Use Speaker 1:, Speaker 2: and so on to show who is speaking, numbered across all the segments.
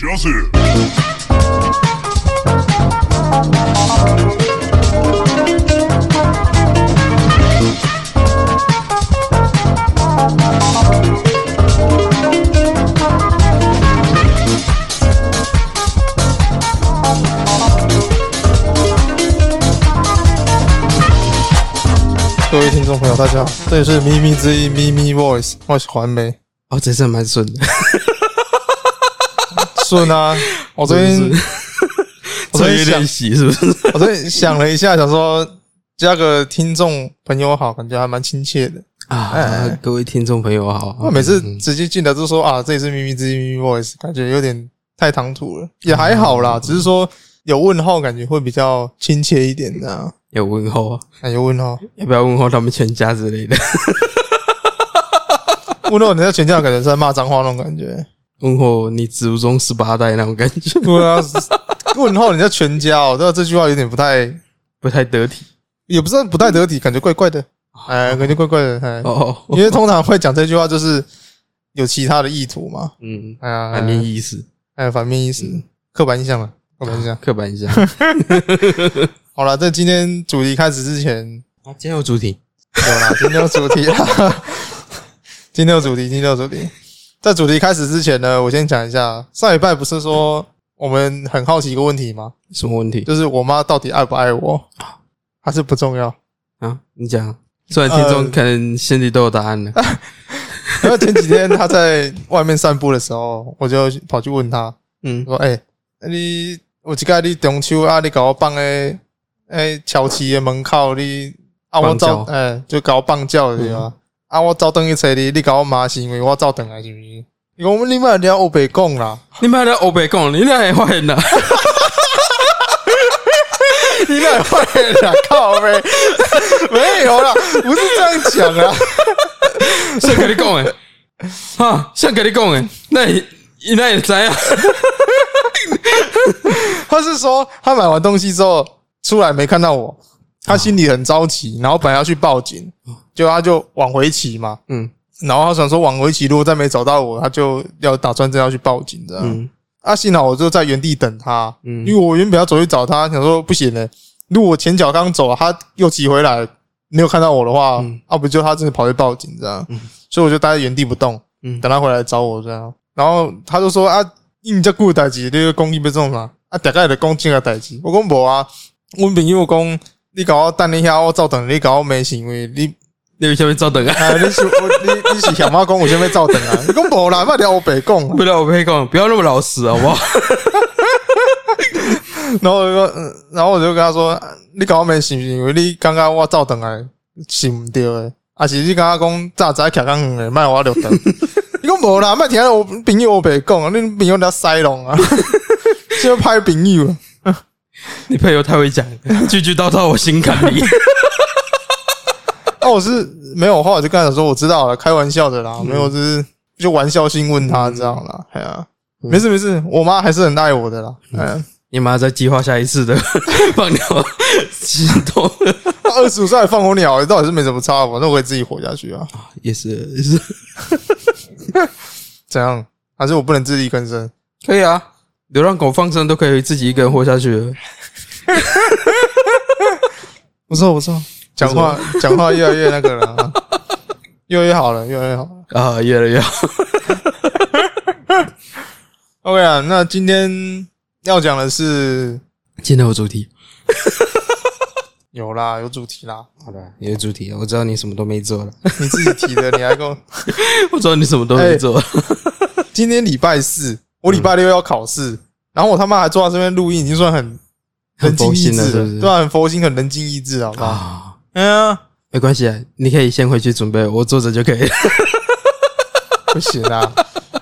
Speaker 1: Joseph.
Speaker 2: 各位听众朋友，大家好，这里是咪咪之音咪咪 Voice，我是环梅。
Speaker 3: 哦，这次还蛮顺的，
Speaker 2: 顺 啊，我昨天
Speaker 3: 真的是
Speaker 2: 我昨
Speaker 3: 这
Speaker 2: 天
Speaker 3: 有
Speaker 2: 想
Speaker 3: 点，洗是不是？
Speaker 2: 我昨天想了一下，想说加个听众朋友好，感觉还蛮亲切的。
Speaker 3: 啊，各位听众朋友好，
Speaker 2: 我每次直接进来就说啊，这里是咪咪之音咪咪 Voice，感觉有点太唐突了，也还好啦，只是说有问候，感觉会比较亲切一点的、啊。
Speaker 3: 有问候，啊，
Speaker 2: 哎，有问候，
Speaker 3: 要不要问候他们全家之类的？
Speaker 2: 问候人家全家感觉是在骂脏话那种感觉。
Speaker 3: 问候你祖宗十八代那种感觉，
Speaker 2: 对啊，问候人家全家哦，对啊，这句话有点不太
Speaker 3: 不太得体
Speaker 2: 也不是不太得体，感觉怪怪的，哎，感觉怪怪的，哎，
Speaker 3: 哦。
Speaker 2: 因为通常会讲这句话就是有其他的意图嘛，
Speaker 3: 嗯，
Speaker 2: 哎呀，
Speaker 3: 反面意思，嗯
Speaker 2: 哎，反面意思，刻板印象了，刻板印象。
Speaker 3: 刻板印象。
Speaker 2: 好了，在今天主题开始之前，
Speaker 3: 好今天有主题，
Speaker 2: 有 啦，今天有主题啦， 今天有主题，今天有主题。在主题开始之前呢，我先讲一下，上礼拜不是说我们很好奇一个问题吗？
Speaker 3: 什么问题
Speaker 2: 就是我妈到底爱不爱我，还是不重要？
Speaker 3: 啊？你讲，虽然听众可能心里都有答案了。
Speaker 2: 然后前几天她在外面散步的时候，我就跑去问她，
Speaker 3: 嗯
Speaker 2: 说：“哎、欸，你有一届你中秋啊，你甲我放诶诶桥市的门口，你啊我
Speaker 3: 放
Speaker 2: 走
Speaker 3: 鸟
Speaker 2: 诶、欸就甲我放鸟对啊。啊我走等去找你，你甲我骂是因为我走等来是毋是？伊讲你莫了乌白讲啦，
Speaker 3: 你买了欧北贡，你那也坏人了。
Speaker 2: 你哪会坏人啦，靠呗， 没有啦，不是这样讲啦。
Speaker 3: 像跟你讲诶， 哈，像跟你讲诶，那你你那也知啊？
Speaker 2: 他是说他买完东西之后出来没看到我，他心里很着急，然后本来要去报警，就他就往回骑嘛，
Speaker 3: 嗯
Speaker 2: 然后他想说往回骑，如果再没找到我，他就要打算真的要去报警这样。
Speaker 3: 嗯
Speaker 2: 啊，幸好我就在原地等他，
Speaker 3: 嗯
Speaker 2: 因为我原本要走去找他，想说不行了、如果我前脚刚走，他又骑回来没有看到我的话，
Speaker 3: 嗯
Speaker 2: 啊，不就他真的跑去报警这样。
Speaker 3: 嗯
Speaker 2: 所以我就待在原地不动，
Speaker 3: 嗯，
Speaker 2: 等他回来找我这样。然后他就说啊，你这顾代志，你个公益要做嘛？啊，大概的讲这个代志，我讲无啊，我朋友讲。你甲我等一下，我照等你甲我没行为，你
Speaker 3: 你为什么照等啊？
Speaker 2: 啊，你是我你你是嫌我讲我先被照等啊？你讲无啦，别聊我白讲啊。
Speaker 3: 不要我配讲，不要那么老实好不 好？
Speaker 2: 然后我就说，嗯然后我就跟他说，啊你搞没是不是因为你刚刚我照等来是唔对的，啊是你刚刚讲早早徛刚远的，卖我留等。你讲无啦，卖听我朋友我白讲啊，你朋友了塞拢啊， 就拍朋友啊了。
Speaker 3: 你朋友太会 讲，句句道到我心坎里。
Speaker 2: 啊，我是没有，后来就跟他讲说，我知道了，开玩笑的啦，没有，就是就玩笑性问他这样啦，哎呀，没事没事，我妈还是很爱我的啦，哎呀。
Speaker 3: 你妈在计划下一 次的放鸟行动，
Speaker 2: 二十五岁还放火鸟、倒也是没什么差，反正我可以自己活下去啊。
Speaker 3: 也是也是
Speaker 2: 怎样？还是我不能自力更生？
Speaker 3: 可以啊。流浪狗放生都可以自己一个人活下去了，
Speaker 2: 不错不错，讲话讲话越来越那个了 啊，越来越好了，越来越好了。
Speaker 3: 啊，越来越好。
Speaker 2: OK 啊，那今天要讲的是
Speaker 3: 今天有主题，
Speaker 2: 有啦，有主题啦，
Speaker 3: 好的，有主题，我知道你什么都没做了，
Speaker 2: 你自己提的，你还跟我。
Speaker 3: 我知道你什么都没做，
Speaker 2: 今天礼拜四，我礼拜六要考试，然后我他妈还坐在这边录音，已经算很
Speaker 3: 很
Speaker 2: 人尽
Speaker 3: 佛
Speaker 2: 意
Speaker 3: 心了，
Speaker 2: 志
Speaker 3: 是不
Speaker 2: 了，
Speaker 3: 是？
Speaker 2: 对啊，很佛心，很人尽意志，好不好？
Speaker 3: 啊，
Speaker 2: 嗯啊，
Speaker 3: 没关系啊，你可以先回去准备，我坐着就可以了。
Speaker 2: 不行啊，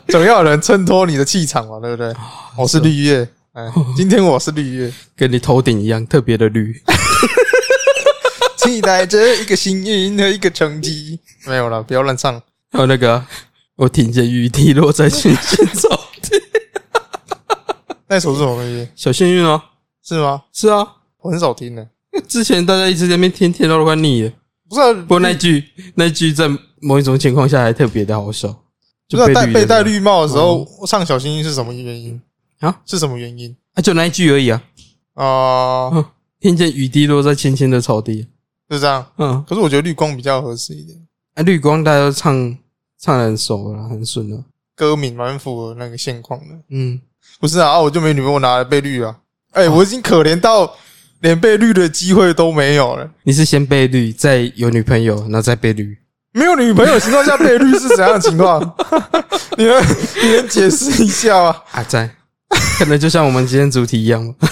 Speaker 2: 总要有人衬托你的气场嘛，对不
Speaker 3: 哦
Speaker 2: 对？我
Speaker 3: 啊
Speaker 2: 是绿叶，哎， 今天我是绿叶，
Speaker 3: 跟你 头顶一样，特别的绿。
Speaker 2: 期待着一个幸运和一个成 绩。没有了，不要乱唱。
Speaker 3: 还有那个啊、我听见雨滴落在星星中，
Speaker 2: 那首是什么东西？
Speaker 3: 小幸运哦，
Speaker 2: 是吗？
Speaker 3: 是啊，
Speaker 2: 我很少听的、
Speaker 3: 之前大家一直在那边听，听到都快腻了。
Speaker 2: 不是、啊，
Speaker 3: 不过那 句那句在某一种情况下还特别的好笑，
Speaker 2: 不、
Speaker 3: 就是
Speaker 2: 啊、
Speaker 3: 被
Speaker 2: 戴
Speaker 3: 绿
Speaker 2: 被
Speaker 3: 的
Speaker 2: 戴绿帽的时候、唱《小幸运》是什么原因？
Speaker 3: 啊，
Speaker 2: 是什么原因
Speaker 3: 啊，就那一句而已啊，
Speaker 2: 啊？
Speaker 3: 嗯听见雨滴落在青青的草地，
Speaker 2: 就这样。
Speaker 3: 嗯，
Speaker 2: 可是我觉得绿光比较合适一点，
Speaker 3: 啊，绿光大家都唱唱的很熟了啦，很顺了，
Speaker 2: 歌名蛮符合那个现况的。
Speaker 3: 嗯，
Speaker 2: 不是啊，啊我就没女朋友拿来被绿啊。哎、
Speaker 3: 哦
Speaker 2: 我已经可怜到连被绿的机会都没有了，
Speaker 3: 你是先被绿，再有女朋友，然后再被绿，
Speaker 2: 没有女朋友的情况下被绿是怎样的情况？ 你能你能解释一下吗？
Speaker 3: 啊，在， 可能就像我们今天主题一 样吧，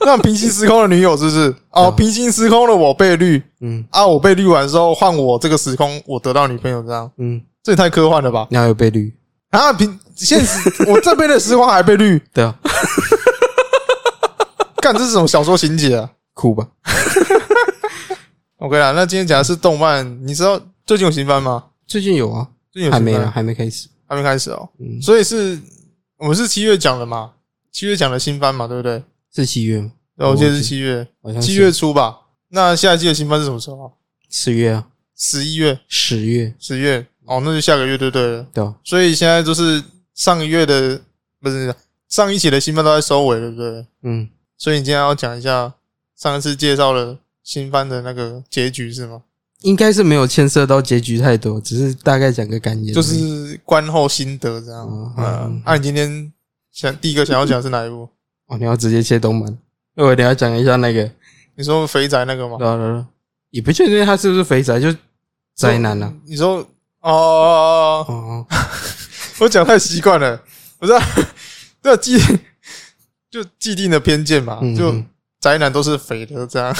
Speaker 2: 那种平行时空的女友是不是？哦，
Speaker 3: 嗯
Speaker 2: 平行时空的我被绿
Speaker 3: 嗯
Speaker 2: 啊，我被绿完之后换我这个时空，我得到女朋友，这样
Speaker 3: 嗯，
Speaker 2: 这也太科幻了吧？
Speaker 3: 然后又被绿，
Speaker 2: 啊，平现实 我这边的时空还被绿，
Speaker 3: 对啊，
Speaker 2: 干这是什么小说情节啊
Speaker 3: 哭吧，
Speaker 2: ？OK 啦，那今天讲的是动漫，你知道最近有新番吗？
Speaker 3: 最近有啊，
Speaker 2: 最近有
Speaker 3: 还
Speaker 2: 新
Speaker 3: 没
Speaker 2: 番
Speaker 3: 啊，还没开始，
Speaker 2: 还没开始哦。
Speaker 3: 嗯，
Speaker 2: 所以是我们是七月讲的嘛，七月讲的新番嘛，对不对？
Speaker 3: 是七月吗？
Speaker 2: 然后我记得是
Speaker 3: 哦
Speaker 2: 七月，
Speaker 3: 好像是
Speaker 2: 七月初吧。那下一季的新番是什么时候啊？
Speaker 3: 十月啊，
Speaker 2: 十一月，
Speaker 3: 十月，
Speaker 2: 十月哦，那就下个月就对了。
Speaker 3: 对啊，
Speaker 2: 所以现在就是上个月的，不是上一期的新番都在收尾，对不对？
Speaker 3: 嗯，
Speaker 2: 所以你今天要讲一下上一次介绍了新番的那个结局是吗？
Speaker 3: 应该是没有牵涉到结局太多，只是大概讲个感言而已，
Speaker 2: 就是观后心得这样
Speaker 3: 嗯。
Speaker 2: 嗯
Speaker 3: 嗯，
Speaker 2: 那你今天想第一个想要讲的是哪一部？
Speaker 3: 哦，你要直接切动漫，因为我等一下讲一下那个，
Speaker 2: 你说肥宅那个吗
Speaker 3: 对？啊对啊对啊也不确定他是不是肥宅，就宅男啊，
Speaker 2: 你说哦哦，哦哦
Speaker 3: 哦，
Speaker 2: 我讲太习惯了，不是、啊？ 对啊既就既定的偏见嘛，
Speaker 3: 嗯
Speaker 2: 就
Speaker 3: 嗯
Speaker 2: 宅男都是肥的这样。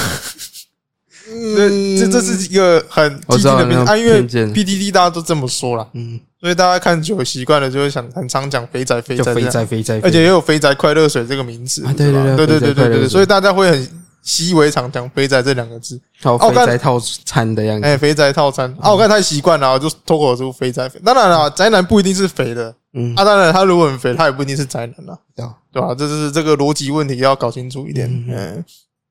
Speaker 3: 嗯
Speaker 2: 这这这是一个很
Speaker 3: 我
Speaker 2: 既
Speaker 3: 知
Speaker 2: 定
Speaker 3: 道
Speaker 2: 的偏
Speaker 3: 那
Speaker 2: 见，
Speaker 3: 种
Speaker 2: 啊，因为
Speaker 3: 偏见
Speaker 2: B D D 大家都这么说啦，
Speaker 3: 嗯，
Speaker 2: 所以大家看久了习惯了，就会想很常讲肥宅肥
Speaker 3: 就
Speaker 2: 宅这
Speaker 3: 肥
Speaker 2: 样，
Speaker 3: 宅啊肥宅，
Speaker 2: 而且也有肥宅快乐水这个名字，
Speaker 3: 啊对
Speaker 2: 是吧
Speaker 3: 对
Speaker 2: 对
Speaker 3: 对
Speaker 2: 对
Speaker 3: 肥
Speaker 2: 对
Speaker 3: 宅快
Speaker 2: 对
Speaker 3: 乐
Speaker 2: 对
Speaker 3: 水
Speaker 2: 对，所以大家会很习以为常讲肥宅这两个字。
Speaker 3: 好
Speaker 2: 哦
Speaker 3: 肥宅套餐的样子，
Speaker 2: 哎，肥宅套餐啊，我看太习惯了，我就脱口而出肥宅肥。当然了，宅男不一定是肥的，
Speaker 3: 嗯，
Speaker 2: 啊，当然他如果很肥，他也不一定是宅男啦。
Speaker 3: 对啊
Speaker 2: 对吧、这是这个逻辑问题要搞清楚一点。
Speaker 3: 嗯
Speaker 2: 嗯，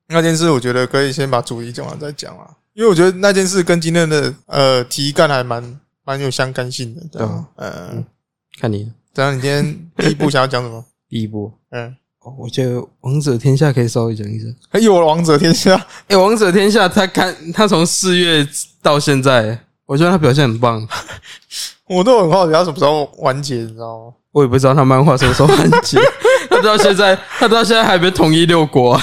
Speaker 2: 那件事我觉得可以先把主题讲完再讲啊，因为我觉得那件事跟今天的呃题干还蛮蛮有相干性的。对
Speaker 3: 对
Speaker 2: 吧
Speaker 3: 啊？
Speaker 2: 嗯
Speaker 3: 嗯，看你
Speaker 2: 怎样？你今天第一步想要讲什么？
Speaker 3: 第一部，
Speaker 2: 嗯，
Speaker 3: 哦，我觉得《王者天下》可以稍微讲一下，
Speaker 2: 还有王者天下，
Speaker 3: 哎，《王者天下》他看他从四月到现在，我觉得他表现很棒，
Speaker 2: 我都很好奇他什么时候完结，你知道吗？
Speaker 3: 我也不知道他漫画什么时候完结，他到现在他到现在还没统一六国啊，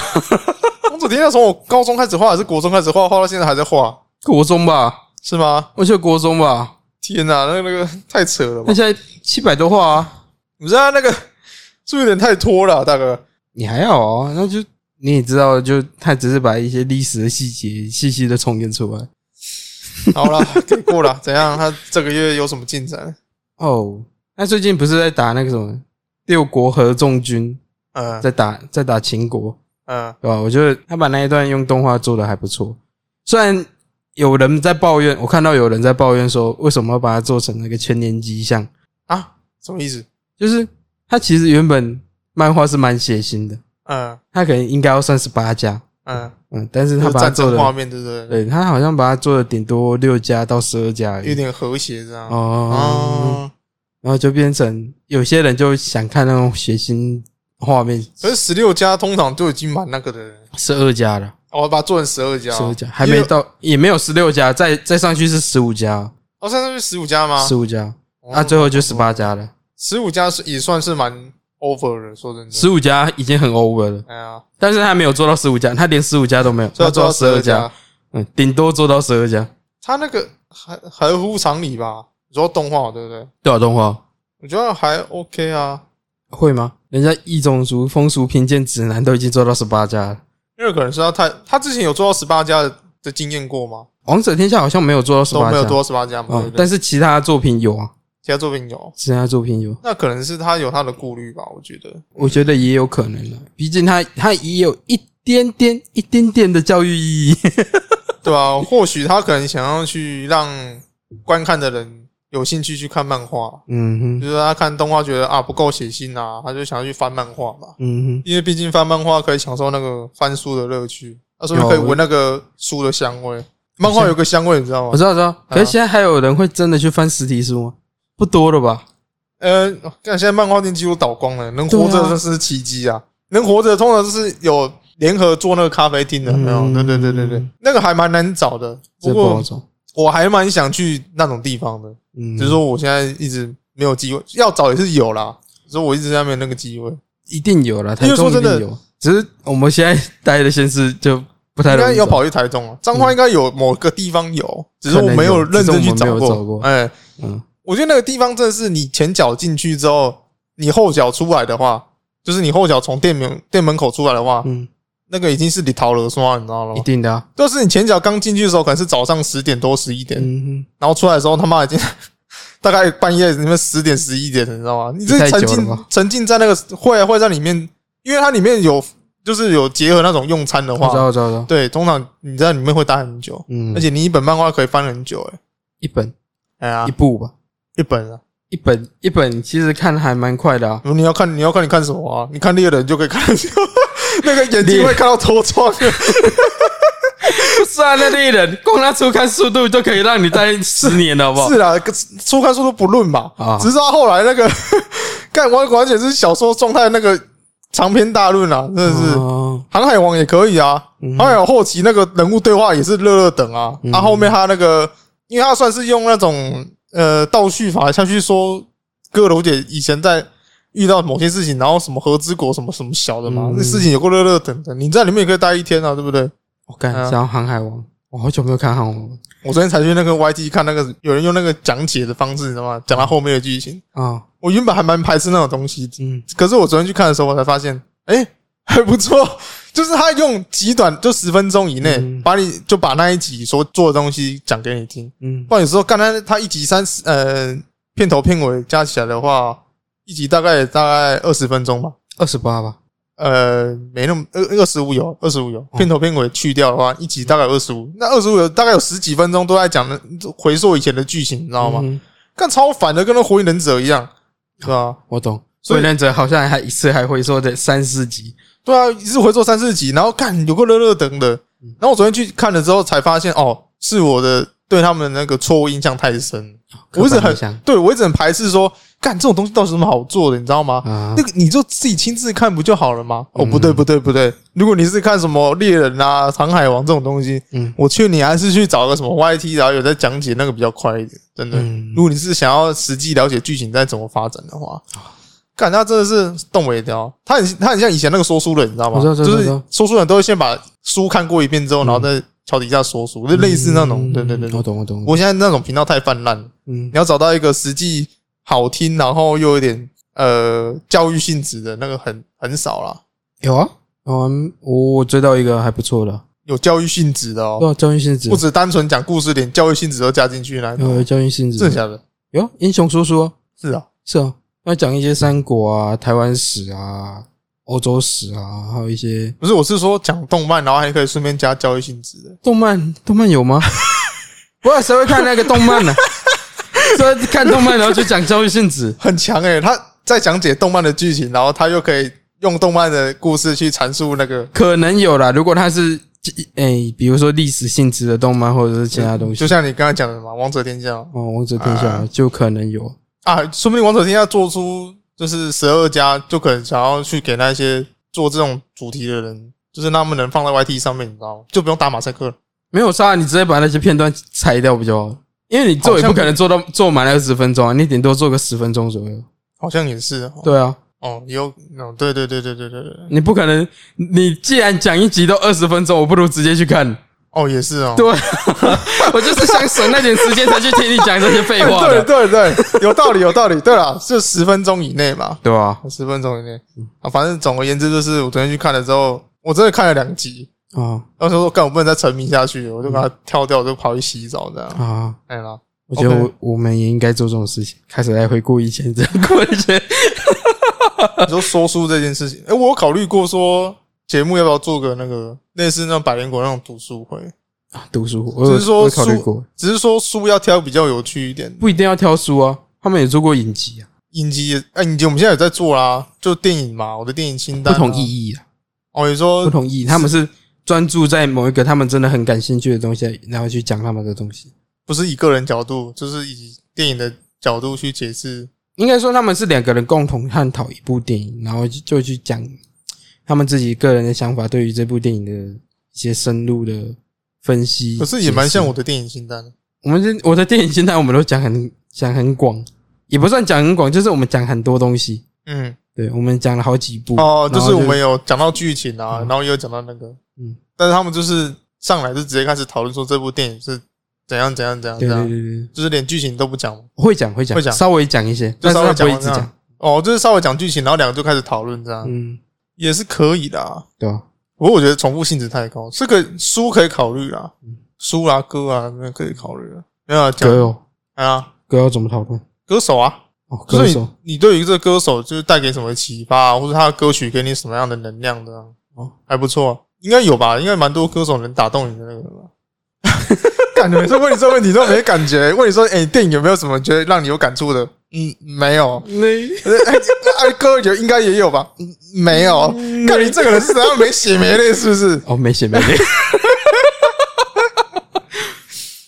Speaker 2: 王者天下从我高中开始画，还是国中开始画，画到现在还在画，
Speaker 3: 国中吧，
Speaker 2: 是吗？
Speaker 3: 我记得国中吧，
Speaker 2: 天哪、那个那个太扯了
Speaker 3: 那
Speaker 2: 吧！
Speaker 3: 现在七百多话啊，
Speaker 2: 不是啊，那个是不是有点太拖了啊、大哥？
Speaker 3: 你还好啊，那就你也知道，就他只是把一些历史的细节细细的重现出来。
Speaker 2: 好了，给过了。怎样？他这个月有什么进展？
Speaker 3: 哦，那最近不是在打那个什么六国合纵军，
Speaker 2: 嗯
Speaker 3: 在打在打秦国，
Speaker 2: 嗯，
Speaker 3: 对吧？我觉得他把那一段用动画做的还不错，虽然有人在抱怨，我看到有人在抱怨说，为什么要把它做成那个千年吉祥？
Speaker 2: 啊，什么意思？
Speaker 3: 就是它其实原本漫画是蛮血腥的，
Speaker 2: 嗯
Speaker 3: 它可能应该要算十八加，
Speaker 2: 嗯，
Speaker 3: 嗯，但是
Speaker 2: 就
Speaker 3: 他
Speaker 2: 是
Speaker 3: 把它
Speaker 2: 战
Speaker 3: 做
Speaker 2: 争
Speaker 3: 的
Speaker 2: 画面，对不对？
Speaker 3: 对他好像把它做的顶多六家到十二家而已，
Speaker 2: 有点和谐这样。哦，
Speaker 3: 哦，然后就变成有些人就想看那种血腥画面，
Speaker 2: 可是十六家通常就已经蛮那个的了，
Speaker 3: 十二家了，
Speaker 2: 哦，我把它做成十二家
Speaker 3: 十
Speaker 2: 哦，
Speaker 3: 二家还没到，也没有十六家，再再上去是十五家，
Speaker 2: 哦，现在是十五家吗
Speaker 3: 十？五家，
Speaker 2: 哦
Speaker 3: 那最后就十八家了，
Speaker 2: 十五家是也算是蛮 over 的，说真的。
Speaker 3: 十五家已经很 over 了，
Speaker 2: 哎呀，
Speaker 3: 但是他没有做到十五家，他连十五家都没有，
Speaker 2: 所以
Speaker 3: 他
Speaker 2: 要
Speaker 3: 做
Speaker 2: 做
Speaker 3: 到
Speaker 2: 到
Speaker 3: 十
Speaker 2: 十
Speaker 3: 二
Speaker 2: 二
Speaker 3: 家，
Speaker 2: 家，
Speaker 3: 嗯，顶多做到十二家，
Speaker 2: 他那个还合乎常理吧？你说动画对不对？
Speaker 3: 多少动画
Speaker 2: 我觉得还 OK 啊，
Speaker 3: 会吗？人家异种族风俗偏见指南都已经做到十八家了。
Speaker 2: 因为可能是他太他之前有做到十八家的的经验过吗？
Speaker 3: 王者天下好像没有做到十
Speaker 2: 都
Speaker 3: 八
Speaker 2: 没有做
Speaker 3: 家，
Speaker 2: 到十八家嘛，对
Speaker 3: 嗯
Speaker 2: 不，对？
Speaker 3: 但是其他作品有啊，
Speaker 2: 其他作品有，
Speaker 3: 其他作品有，
Speaker 2: 那可能是他有他的顾虑吧，我觉得。
Speaker 3: 我觉得也有可能的，毕竟它它也有一点点一点点的教育 意义。
Speaker 2: 对啊，或许他可能想要去让观看的人有兴趣去看漫画，
Speaker 3: 嗯
Speaker 2: 比
Speaker 3: 哼，
Speaker 2: 如说他看动画觉得啊不够血腥啊，他就想要去翻漫画嘛，
Speaker 3: 嗯
Speaker 2: 因为毕竟翻漫画可以享受那个翻书的乐趣，啊，说不定可以闻那个书的香味。漫画有个香味，你知道
Speaker 3: 哼，我
Speaker 2: 吗？
Speaker 3: 知道，我知道。可是现在还有人会真的去翻实体书吗？不多了吧？
Speaker 2: 呃，看现在漫画店几乎倒光了，能活
Speaker 3: 对
Speaker 2: 着
Speaker 3: 啊
Speaker 2: 这是奇迹啊！能活着通常是有联合做那个咖啡厅的，没有？
Speaker 3: 嗯
Speaker 2: 对对对对对，那个还蛮难找的。不
Speaker 3: 这不好
Speaker 2: 过
Speaker 3: 找。
Speaker 2: 我还蛮想去那种地方的，
Speaker 3: 嗯，
Speaker 2: 只是说我现在一直没有机会，要找也是有啦，只是我一直在没有那个机会。
Speaker 3: 一定有啦，
Speaker 2: 因
Speaker 3: 台
Speaker 2: 为说
Speaker 3: 中一定
Speaker 2: 真的
Speaker 3: 有，只是我们现在待的县市就不太
Speaker 2: 应该
Speaker 3: 容易
Speaker 2: 要
Speaker 3: 找。
Speaker 2: 跑去台中啊，彰化应该有某个地方有，只是
Speaker 3: 可
Speaker 2: 我
Speaker 3: 能
Speaker 2: 没
Speaker 3: 有
Speaker 2: 认
Speaker 3: 只是
Speaker 2: 真
Speaker 3: 我
Speaker 2: 去
Speaker 3: 们没有找过
Speaker 2: 哎，
Speaker 3: 嗯，
Speaker 2: 我觉得那个地方真的是你前脚进去之后，你后脚出来的话，就是你后脚从店门店门口出来的话，
Speaker 3: 嗯，
Speaker 2: 那个已经是你逃了刷，你知道了
Speaker 3: 一
Speaker 2: 吗？
Speaker 3: 定的啊。
Speaker 2: 就是你前脚刚进去的时候，可能是早上十点多十一点，
Speaker 3: 嗯，
Speaker 2: 然后出来的时候他妈已经 大概半夜你们十点十一点了，你知道吗？你这
Speaker 3: 太久
Speaker 2: 沉
Speaker 3: 了
Speaker 2: 浸
Speaker 3: 吧
Speaker 2: 沉浸在那个会会在里面，因为它里面有就是有结合那种用餐的
Speaker 3: 我知道，
Speaker 2: 话，
Speaker 3: 我知道，我知道。
Speaker 2: 对，通常你在里面会待很久，
Speaker 3: 嗯，
Speaker 2: 而且你一本漫画可以翻很久、欸，
Speaker 3: 一本
Speaker 2: 哎呀
Speaker 3: 一，部吧，
Speaker 2: 一本啊。
Speaker 3: 一本一本，其实看还蛮快的啊。
Speaker 2: 你要看你要看你看什么啊？你看猎人就可以看得到， 那个眼睛
Speaker 3: 猎
Speaker 2: 会看到脱窗。
Speaker 3: 不是啊，那猎人光他初看速度就可以让你待十年了，好不好？
Speaker 2: 是啊啦，跟初看速度不论嘛
Speaker 3: 啊，
Speaker 2: 只是他后来那个 干完完全是小说状态那个长篇大论啊，真的是。
Speaker 3: 哦
Speaker 2: 航海王也可以啊，
Speaker 3: 嗯
Speaker 2: 航海王后期那个人物对话也是乐乐等啊，他、后面他那个，因为他算是用那种呃倒叙法下去说各楼姐以前在遇到某些事情，然后什么和之国什么什么小的嘛，
Speaker 3: 嗯
Speaker 2: 那事情有够乐乐等的，你在里面也可以待一天啊，对不对？
Speaker 3: 我看
Speaker 2: 嗯
Speaker 3: 想要航海王，我好久没有看航海王了
Speaker 2: 我昨天才去那个 YT 看那个有人用那个讲解的方式，你知道吗？讲他后面的剧情，
Speaker 3: 啊。
Speaker 2: 我原本还蛮排斥那种东西，
Speaker 3: 嗯，
Speaker 2: 可是我昨天去看的时候，我才发现，哎、还不错，就是他用极短，就十分钟以内，
Speaker 3: 嗯
Speaker 2: 把你就把那一集所做的东西讲给你听。
Speaker 3: 嗯
Speaker 2: 不然有时候干他他一集三十，呃，片头片尾加起来的话，一集大概大概二十分钟吧。
Speaker 3: 二十八吧，
Speaker 2: 呃，没那么二二十五有二十五有
Speaker 3: 哦
Speaker 2: 片头片尾去掉的话，一集大概二十五。那二十五有大概有十几分钟都在讲那回溯以前的剧情，你知道吗？
Speaker 3: 嗯？
Speaker 2: 看超反的，跟那火影忍者一样，是吧？
Speaker 3: 我懂。
Speaker 2: 所
Speaker 3: 所
Speaker 2: 以
Speaker 3: 以忍者好像还一次还会说的三四集，
Speaker 2: 对啊，一次回做三四集，然后看有个乐乐等的。
Speaker 3: 嗯
Speaker 2: 然后我昨天去看了之后才发现，哦，是我的对他们的那个错误印象太深。我一直
Speaker 3: 刻板
Speaker 2: 很
Speaker 3: 印象
Speaker 2: 对我一直很排斥说，干这种东西到底有什么好做的，你知道吗？
Speaker 3: 啊
Speaker 2: 那，个你就自己亲自看不就好了吗？哦，
Speaker 3: 嗯
Speaker 2: 不对不对不对，如果你是看什么猎人啊、航海王这种东西，
Speaker 3: 嗯
Speaker 2: 我劝你还是去找个什么 YT，然后有在讲解那个比较快一点，真的。
Speaker 3: 嗯
Speaker 2: 如果你是想要实际了解剧情在怎么发展的话，干他真的是动尾雕，他很他很像以前那个说书人，你知道吗？
Speaker 3: 我知道
Speaker 2: 就
Speaker 3: 知道知
Speaker 2: 是
Speaker 3: 道
Speaker 2: 说书人都会先把书看过一遍之后，
Speaker 3: 嗯哦
Speaker 2: 然后再桥底下说书，就类似那种。对对对
Speaker 3: 我
Speaker 2: 对，
Speaker 3: 懂我懂。
Speaker 2: 我现在那种频道太泛滥了，
Speaker 3: 嗯
Speaker 2: 你要找到一个实际好听，然后又有点呃教育性质的那个很很少啦，
Speaker 3: 有啊，嗯，我我追到一个还不错的，
Speaker 2: 有教育性质的哦，
Speaker 3: 对啊，教育性质
Speaker 2: 不，止单纯讲故事，连教育性质都加进去那种，
Speaker 3: 呃，教育性
Speaker 2: 真的
Speaker 3: 质，
Speaker 2: 假的？
Speaker 3: 有英雄叔叔啊，
Speaker 2: 是啊，
Speaker 3: 是啊，要讲一些三国啊、台湾史啊、欧洲史啊，还有一些
Speaker 2: 不是，我是说讲动漫，然后还可以顺便加教育性质的。
Speaker 3: 动漫，动漫 有吗？不是，谁会看那个动漫呢、说看动漫，然后就讲教育性质，
Speaker 2: 很强诶、他在讲解动漫的剧情，然后他又可以用动漫的故事去阐述那个
Speaker 3: 可能有啦。如果它是诶、比如说历史性质的动漫，或者是其他东西
Speaker 2: 就，像你刚才讲的嘛，《王者天下》
Speaker 3: 哦，王者天下
Speaker 2: 啊
Speaker 3: 就可能有，
Speaker 2: 啊，说不定《王者天下》做出就是十二家，就可能想要去给那些做这种主题的人，就是让他们能放在 YT 上面，你知道吗？就不用打马赛克了。
Speaker 3: 没有差，你直接把那些片段裁掉不就好了？因为你做也不可能做到做满二十分钟啊，你顶多做个十分钟左右。
Speaker 2: 好像也是哦，
Speaker 3: 对啊，
Speaker 2: 哦，也有哦，对对对对对对对，
Speaker 3: 你不可能，你既然讲一集都二十分钟，我不如直接去看。
Speaker 2: 哦，也是哦，
Speaker 3: 对啊， 我就是想省那点时间才去听你讲这些废话
Speaker 2: 哎对
Speaker 3: 的，
Speaker 2: 对对，有道理有道理。对啦，就十分钟以内嘛，
Speaker 3: 对啊吧？
Speaker 2: 哦十分钟以内
Speaker 3: 嗯
Speaker 2: 啊，反正总而言之就是，我昨天去看了之后，我真的看了两集，
Speaker 3: 啊
Speaker 2: 然后说干我不能再沉迷下去了，我就把它跳掉，我就跑去洗澡这样。
Speaker 3: 啊！
Speaker 2: 哎啦，
Speaker 3: 我觉得
Speaker 2: OK
Speaker 3: 我我们也应该做这种事情，开始来回顾以前这样过一些。
Speaker 2: 你说说书这件事情，哎，我有考虑过说节目要不要做个那个类似那种百灵果那种读书会，
Speaker 3: 读书，我有
Speaker 2: 只是说
Speaker 3: 我有考虑
Speaker 2: 书
Speaker 3: 过，
Speaker 2: 只是说书要挑比较有趣一点。
Speaker 3: 不一定要挑书啊，他们也做过影集啊，
Speaker 2: 影集也，哎，影集我们现在也在做啦，就电影嘛，我的电影清
Speaker 3: 不
Speaker 2: 单啊
Speaker 3: 同意义啊。
Speaker 2: 哦，你说
Speaker 3: 不同意，他们是专注在某一个他们真的很感兴趣的东西，然后去讲他们的东西。
Speaker 2: 不是以个人角度，就是以电影的角度去解释
Speaker 3: 应该说他们是两个人共同探讨一部电影，然后就就去讲他们自己个人的想法，对于这部电影的一些深入的分析。
Speaker 2: 可是也蛮像
Speaker 3: 解释
Speaker 2: 我的电影清单的，
Speaker 3: 我们这我的电影现在我们都讲很讲很广，也不算讲很广，就是我们讲很多东西。
Speaker 2: 嗯，
Speaker 3: 对，我们讲了好几部
Speaker 2: 哦，
Speaker 3: 然
Speaker 2: 就
Speaker 3: 后
Speaker 2: 是我们有讲到剧情啊，
Speaker 3: 嗯
Speaker 2: 然后也有讲到那个，
Speaker 3: 嗯，
Speaker 2: 但是他们就是上来就直接开始讨论说这部电影是怎样怎样怎样
Speaker 3: 对
Speaker 2: 怎
Speaker 3: 对对
Speaker 2: 样，
Speaker 3: 对，
Speaker 2: 就是连剧情都不讲。
Speaker 3: 会讲会讲
Speaker 2: 会讲
Speaker 3: 稍微讲一些，
Speaker 2: 就
Speaker 3: 但是
Speaker 2: 稍微
Speaker 3: 他不会一直
Speaker 2: 讲完
Speaker 3: 讲，
Speaker 2: 哦，就是稍微讲剧情，然后两个就开始讨论这样，
Speaker 3: 嗯，
Speaker 2: 也是可以的、啊。
Speaker 3: 对吧？
Speaker 2: 不过我觉得重复性质太高，这个书可以考虑啦，书啊歌啊那可以考虑啊。没有啊讲
Speaker 3: 嗯歌哦，
Speaker 2: 啊，
Speaker 3: 歌要怎么讨论？
Speaker 2: 歌手啊，
Speaker 3: 哦，
Speaker 2: 就
Speaker 3: 歌
Speaker 2: 是
Speaker 3: 手
Speaker 2: 你你对于这个歌手就是带给什么启发、啊，或者他的歌曲给你什么样的能量的、啊，
Speaker 3: 哦
Speaker 2: 哦，还不错啊、应该有吧？应该蛮多歌手能打动你的那个 吧。感觉每次问你这个问题都没感觉， 问你说，哎、电影有没有什么觉得让你有感触的？嗯，没有。
Speaker 3: 你
Speaker 2: 哎哎，歌有应该也有吧？嗯没有，看你这个人是怎样没血没泪，是不是？
Speaker 3: 哦，没写 没写，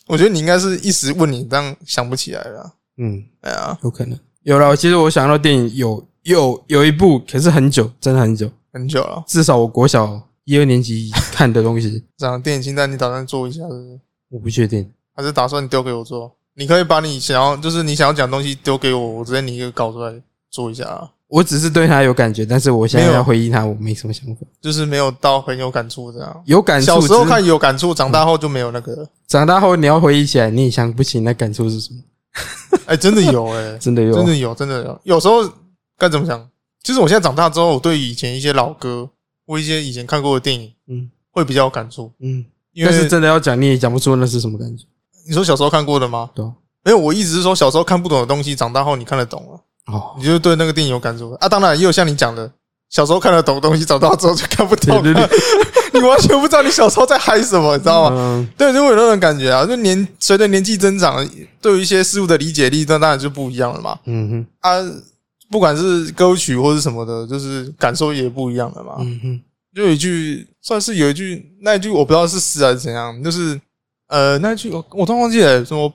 Speaker 2: 我觉得你应该是一时问你这样想不起来了。
Speaker 3: 嗯，
Speaker 2: 哎呀，
Speaker 3: 有可能有了。其实我想到电影有有有一部，可是很久，真的很久，
Speaker 2: 很久了，
Speaker 3: 至少我国小一二年级看的 东西，
Speaker 2: 这样电影清单你打算做一下，是不是？
Speaker 3: 我不确定。
Speaker 2: 还是打算丢给我做？你可以把你想要，就是你想要讲的东西丢给我，我直接你一个搞出来做一下啊。
Speaker 3: 我只是对他有感觉，但是我现在
Speaker 2: 没有
Speaker 3: 要回忆他，我没什么想法。
Speaker 2: 就是没有到很有感触这样。
Speaker 3: 有感触，
Speaker 2: 小时候
Speaker 3: 只是嗯
Speaker 2: 看有感触，长大后就没有那个了。
Speaker 3: 长大后你要回忆起来，你也想不起那感触是什么。
Speaker 2: 哎，真的有哎，
Speaker 3: 真的有，
Speaker 2: 真的有，真的有。有时候该怎么讲？就是我现在长大之后，我对以前一些老歌，或一些以前看过的电影，
Speaker 3: 嗯
Speaker 2: 会比较有感触。
Speaker 3: 嗯。
Speaker 2: 因
Speaker 3: 但是
Speaker 2: 为
Speaker 3: 真的要讲，你也讲不出那是什么感觉。
Speaker 2: 你说小时候看过的吗？
Speaker 3: 对啊
Speaker 2: 没有，我一直是说小时候看不懂的东西，长大后你看得懂啊了，
Speaker 3: 哦，
Speaker 2: 你就对那个电影有感触啊。当然，也有像你讲的，小时候看得懂的东西，长大之后就看不懂
Speaker 3: 对对
Speaker 2: 了。你完全不知道你小时候在嗨什么，你知道吗？
Speaker 3: 嗯，
Speaker 2: 对，就会有那种感觉啊。就年随着年纪增长，对于一些事物的理解力，那当然就不一样了嘛。
Speaker 3: 嗯哼，
Speaker 2: 啊，不管是歌曲或是什么的，就是感受也不一样了嘛。
Speaker 3: 嗯哼，
Speaker 2: 就有一句算是有一句，那一句我不知道是诗还是怎样，就是呃那一句我我突然忘记了，什么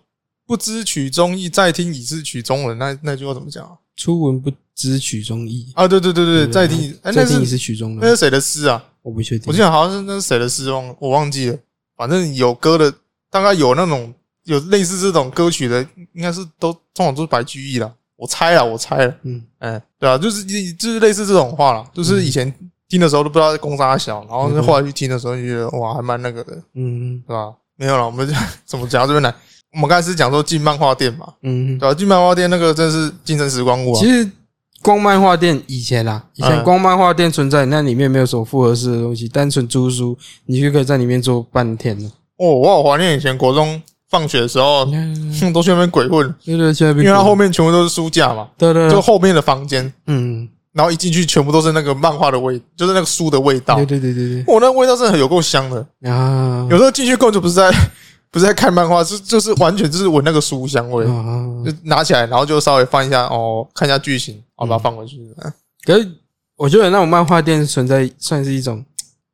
Speaker 2: 不知曲中意，再听已是曲中人。那那句话怎么讲啊？
Speaker 3: 初闻不知曲中意，
Speaker 2: 啊，对对对对，再听已，哎、
Speaker 3: 再
Speaker 2: 那
Speaker 3: 听已
Speaker 2: 是
Speaker 3: 是曲中
Speaker 2: 那
Speaker 3: 人，
Speaker 2: 是谁的诗啊？
Speaker 3: 我不确定
Speaker 2: 我记。得好像是那是谁的诗，忘我忘记了。反正有歌的，大概有那种有类似这种歌曲的，应该是都通常都是白居易啦。我猜啦，我猜啦，
Speaker 3: 嗯，
Speaker 2: 哎，对啊，就是就是类似这种话啦，就是以前听的时候都不知道在攻啥小，然后
Speaker 3: 嗯
Speaker 2: 后来去听的时候就觉得哇，还蛮那个的，
Speaker 3: 嗯
Speaker 2: 是吧？没有了，我们 就怎么讲到这边来？我们刚才是讲说进漫画店嘛，
Speaker 3: 嗯
Speaker 2: 对吧、啊进漫画店那个真是精神时光屋啊
Speaker 3: 其，实光漫画店以前啦，以前
Speaker 2: 嗯
Speaker 3: 光漫画店存在，那里面没有什么复合式的东西，单纯租书，你就可以在里面坐半天了。
Speaker 2: 哦，我好怀念以前国中放学的时候，
Speaker 3: 嗯
Speaker 2: 哼都去那边鬼混，
Speaker 3: 对对，现在
Speaker 2: 嗯因为它后面全部都是书架嘛，
Speaker 3: 对对，
Speaker 2: 就后面的房间，
Speaker 3: 嗯，
Speaker 2: 然后一进去全部都是那个漫画的味，就是那个书的味道
Speaker 3: 对。对对对
Speaker 2: 我那味道真的有够香的，
Speaker 3: 对啊，
Speaker 2: 有时候进去根本就不是在 不是在看漫画，是就是完全就是闻那个书香味，
Speaker 3: 啊
Speaker 2: 就拿起来然后就稍微翻一下哦，看一下剧情，好
Speaker 3: 嗯
Speaker 2: 把它放回去。
Speaker 3: 可是我觉得那种漫画店存在算是一种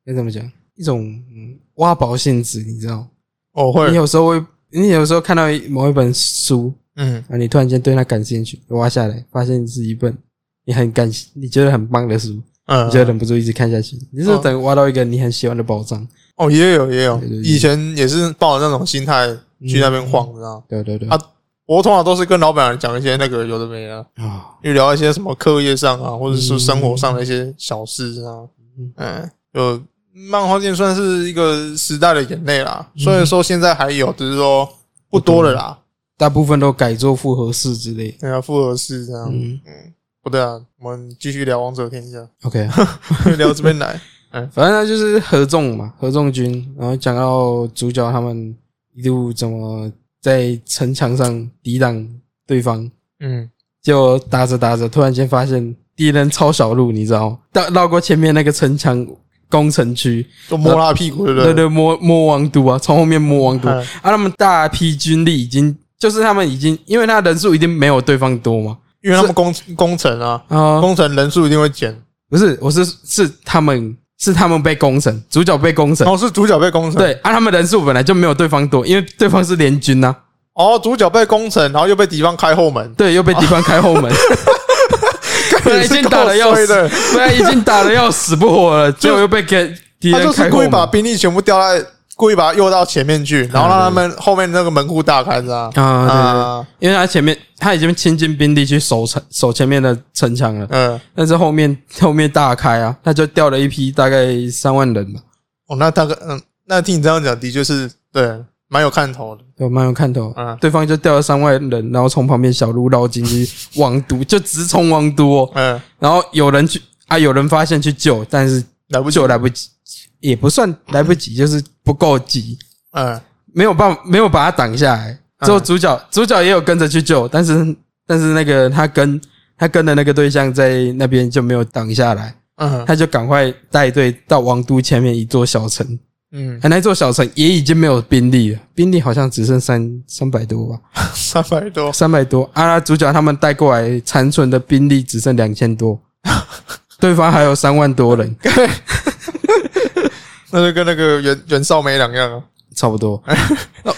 Speaker 3: 该怎么讲，一种嗯挖宝性质，你知道？
Speaker 2: 哦，会
Speaker 3: 你，有时候会，你有时候看到一某一本书，
Speaker 2: 嗯，
Speaker 3: 啊，你突然间对它感兴趣，挖下来，发现是一本你很感你觉得很棒的书，
Speaker 2: 嗯
Speaker 3: 你就忍不住一直看下去，你是等挖到一个你很喜欢的宝藏。
Speaker 2: 哦，也有也有
Speaker 3: 对嗯对，对
Speaker 2: 以前也是抱着那种心态去那边晃，知道吗？
Speaker 3: 对对对，
Speaker 2: 啊我通常都是跟老板讲一些那个有的没的，
Speaker 3: 啊，
Speaker 2: 去聊一些什么课业上啊，或者是生活上的一些小事啊
Speaker 3: 嗯。
Speaker 2: 嗯，就漫画店算是一个时代的眼泪啦。
Speaker 3: 嗯
Speaker 2: 虽然说现在还有，只是说不多了啦。
Speaker 3: 大部分都改做复合式之类的。
Speaker 2: 对啊，复合式这样。
Speaker 3: 嗯
Speaker 2: 不对啊，我们继续聊《王者天下，
Speaker 3: ，OK，》
Speaker 2: 聊这边来。
Speaker 3: 反正他就是合众嘛，合众军，然后讲到主角他们一路怎么在城墙上抵挡对方，
Speaker 2: 嗯，
Speaker 3: 就打着打着，突然间发现敌人抄小路，你知道吗？绕绕过前面那个城墙工程区，
Speaker 2: 就摸他屁股，对不对？
Speaker 3: 对对，魔魔王都啊，从后面魔王都啊，
Speaker 2: 嗯
Speaker 3: 他们大批军力已经，就是他们已经，因为他人数一定没有对方多嘛，
Speaker 2: 因为他们工工程啊，
Speaker 3: 啊、
Speaker 2: 工程人数一定会减。
Speaker 3: 不是，我是是他们是他们被攻城，主角被攻城
Speaker 2: 哦然。后是主角被攻城，
Speaker 3: 对啊，他们人数本来就没有对方多，因为对方是联军呐、
Speaker 2: 哦，主角被攻城，然后又被敌方开后门，
Speaker 3: 对，又被敌方开后门，本来已经打的要
Speaker 2: 也 是
Speaker 3: 死
Speaker 2: 够衰的，
Speaker 3: 本来已经打的要死不活了，结果又被给敌
Speaker 2: 他
Speaker 3: 人
Speaker 2: 就是
Speaker 3: 开
Speaker 2: 故
Speaker 3: 后
Speaker 2: 意把
Speaker 3: 门。
Speaker 2: 兵力全部调在，故意把他诱到前面去，然后让他们后面那个门户大开，是吧？
Speaker 3: 啊，
Speaker 2: 啊，
Speaker 3: 对对，因为他前面他已经倾尽兵力去守城守前面的城墙了，
Speaker 2: 嗯，
Speaker 3: 但是后面 后面大开啊，他就调了一批大概三万人吧，
Speaker 2: 哦，那大概，嗯，那听你这样讲，的确是对，蛮有看头的。
Speaker 3: 有蛮有看头
Speaker 2: 嗯。
Speaker 3: 对方就调了三万人，然后从旁边小路绕进去王都，就直冲王都哦。
Speaker 2: 嗯，
Speaker 3: 然后有人去啊，有人发现去救，但是
Speaker 2: 来不及
Speaker 3: 救。来不及，也不算来不及，就是不够急，
Speaker 2: 嗯，
Speaker 3: 没有办法没有把他挡下来。之后
Speaker 2: 嗯
Speaker 3: 主角、主角也有跟着去救，但是但是那个他跟他跟的那个对象在那边就没有挡下来，
Speaker 2: 嗯
Speaker 3: 他就赶快带队到王都前面一座小城。
Speaker 2: 嗯，
Speaker 3: 啊，那座小城也已经没有兵力了，兵力好像只剩三三百多吧，
Speaker 2: 三百多，
Speaker 3: 三百多。啊，那主角他们带过来残存的兵力只剩两千多， 对方还有三万多人，
Speaker 2: 那就跟那个袁袁绍没两样啊，
Speaker 3: 差不多。啊，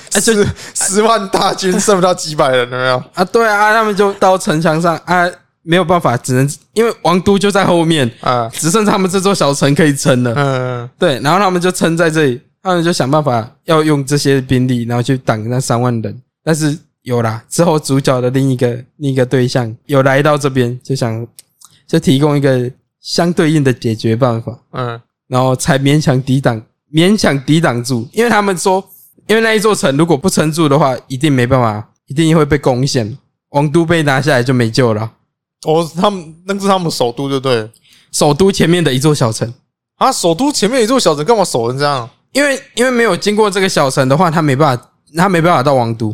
Speaker 3: 就
Speaker 2: 十十万大军剩不到几百人，有没有？
Speaker 3: 啊，对啊，他们就到城墙上啊，没有办法，只能因为王都就在后面，
Speaker 2: 啊，
Speaker 3: 只剩他们这座小城可以撑了。
Speaker 2: 嗯，
Speaker 3: 对，然后他们就撑在这里，他们就想办法要用这些兵力，然后去挡那三万人。但是有啦，之后主角的另一个另一个对象有来到这边，就想就提供一个相对应的解决办法，
Speaker 2: 嗯，
Speaker 3: 然后才勉强抵挡，勉强抵挡住。因为他们说，因为那一座城如果不撑住的话，一定没办法，一定会被攻陷。王都被拿下来就没救了，
Speaker 2: 我哦他们那是他们首都，就对了。
Speaker 3: 首都前面的一座小城。
Speaker 2: 啊，首都前面一座小城，干嘛守成这样？
Speaker 3: 因为因为没有经过这个小城的话，他没办法，他没办法到王都，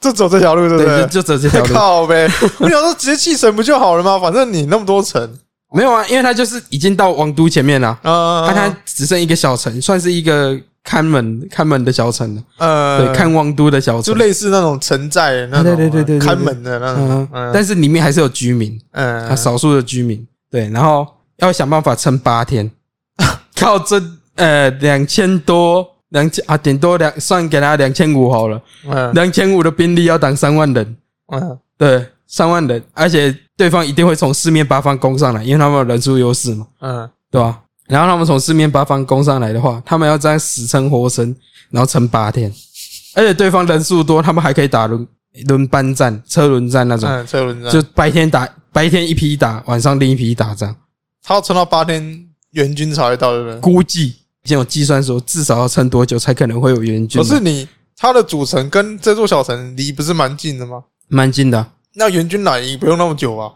Speaker 2: 就走这条路，对不
Speaker 3: 对，
Speaker 2: 对？
Speaker 3: 就就走这条路。
Speaker 2: 靠呗！我想说直接弃城不就好了吗？反正你那么多城，
Speaker 3: 没有啊，因为他就是已经到王都前面了，
Speaker 2: 呃，
Speaker 3: 啊那他只剩一个小城，算是一个看门看门的小城了，
Speaker 2: 呃，
Speaker 3: 对，看王都的小
Speaker 2: 就
Speaker 3: 城。
Speaker 2: 类似那种城寨的那种啊，
Speaker 3: 对对对对对对
Speaker 2: 看门的那
Speaker 3: 嗯
Speaker 2: 种，，嗯，
Speaker 3: 但是里面还是有居民，
Speaker 2: 嗯
Speaker 3: 啊，少数的居民，对，然后要想办法撑八天， 靠这呃两千多两千啊，顶多两算给他两千五好了，
Speaker 2: 嗯
Speaker 3: 两千五的兵力要挡三万人，
Speaker 2: 嗯
Speaker 3: 对，三万人，而且对方一定会从四面八方攻上来，因为他们有人数优势嘛，
Speaker 2: 嗯，
Speaker 3: 对吧、啊然后他们从四面八方攻上来的话，他们要这样死撑活撑，然后撑八天，而且对方人数多，他们还可以打轮轮班战、车轮战那种，
Speaker 2: 嗯，车轮战，
Speaker 3: 就白天打白天一批打，晚上另一批打，这样
Speaker 2: 他要撑到八天，援军才会到，对不对？
Speaker 3: 估计已经有计算说至少要撑多久才可能会有援军啊
Speaker 2: 可
Speaker 3: 嘛，
Speaker 2: 是你他的主城跟这座小城离不是蛮近的吗？
Speaker 3: 蛮近的啊、
Speaker 2: 那援军来也不用那么久吧？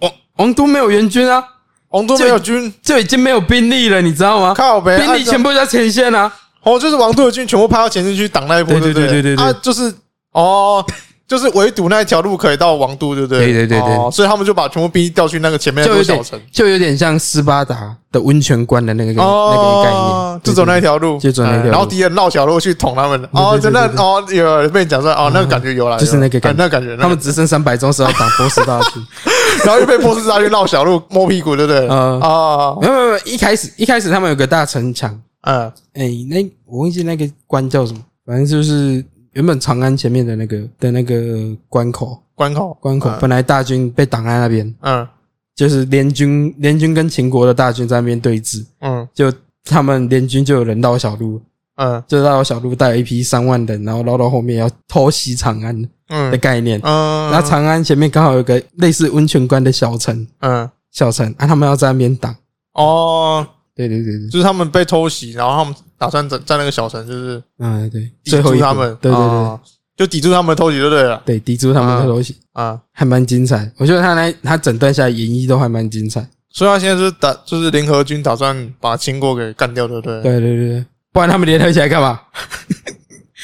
Speaker 3: 王王都没有援军啊，
Speaker 2: 王都没有军，
Speaker 3: 就已经没有兵力了，你知道吗？
Speaker 2: 靠呗，
Speaker 3: 兵力全
Speaker 2: 部
Speaker 3: 部在前啊线啊。
Speaker 2: 哦，就是王都的军全部派到前线去挡那一波，
Speaker 3: 对
Speaker 2: 对
Speaker 3: 对
Speaker 2: 不
Speaker 3: 对对对对
Speaker 2: 啊，就是哦。就是围堵那一条路可以到王都，对不对？
Speaker 3: 对对对对
Speaker 2: 哦，所以他们就把全部兵调去那个前面
Speaker 3: 就
Speaker 2: 那座
Speaker 3: 有
Speaker 2: 哎小
Speaker 3: 点
Speaker 2: 城，
Speaker 3: 就有点像斯巴达的温泉关的那个、那个概念，
Speaker 2: 哦就走那一
Speaker 3: 对
Speaker 2: 条路，
Speaker 3: 就走那条路
Speaker 2: 嗯然后敌人绕小路去捅他们。哦，
Speaker 3: 对对
Speaker 2: 真
Speaker 3: 对
Speaker 2: 的哦，有被你讲出来哦，那个感觉有了，
Speaker 3: 就是那个
Speaker 2: 有啦
Speaker 3: 感觉
Speaker 2: 哎那个感觉。
Speaker 3: 对对他们
Speaker 2: 那
Speaker 3: 只剩三百宗是要打波斯大 军。
Speaker 2: 个然后又被波斯大军绕小路摸屁股，对不对？
Speaker 3: 嗯
Speaker 2: 啊，
Speaker 3: 没有没有没有，一开始一开始他们有个大城墙，
Speaker 2: 嗯
Speaker 3: 哎、那我忘记那个关叫什么，反正就是原本长安前面的那个的那个关口，
Speaker 2: 关口，
Speaker 3: 关口
Speaker 2: 嗯
Speaker 3: 本来大军被挡在那边，
Speaker 2: 嗯
Speaker 3: 就是联军联军跟秦国的大军在那边对峙，
Speaker 2: 嗯
Speaker 3: 就他们联军就有人绕小路，
Speaker 2: 嗯
Speaker 3: 就绕小路带了一批三万人，然后绕到后面要偷袭长安的
Speaker 2: 嗯
Speaker 3: 概念。
Speaker 2: 嗯，
Speaker 3: 那长安前面刚好有个类似温泉关的小城，
Speaker 2: 嗯
Speaker 3: 小城啊，他们要在那边挡。
Speaker 2: 哦，
Speaker 3: 对对对对，
Speaker 2: 就是他们被偷袭，然后他们打算在在那个小城就是
Speaker 3: 嗯对，
Speaker 2: 抵
Speaker 3: 最后
Speaker 2: 住
Speaker 3: 一
Speaker 2: 他
Speaker 3: 步
Speaker 2: 们，
Speaker 3: 对对对、
Speaker 2: 哦，就抵住他们的偷袭就对了
Speaker 3: 对，抵住他们的东西、
Speaker 2: 啊。
Speaker 3: 还蛮精彩。我觉得他那他整段下来演绎都还蛮精彩。
Speaker 2: 所以他现在就是打，就是联合军打算把秦国给干掉，对不对？
Speaker 3: 对对对对，不然他们联合起来 干嘛？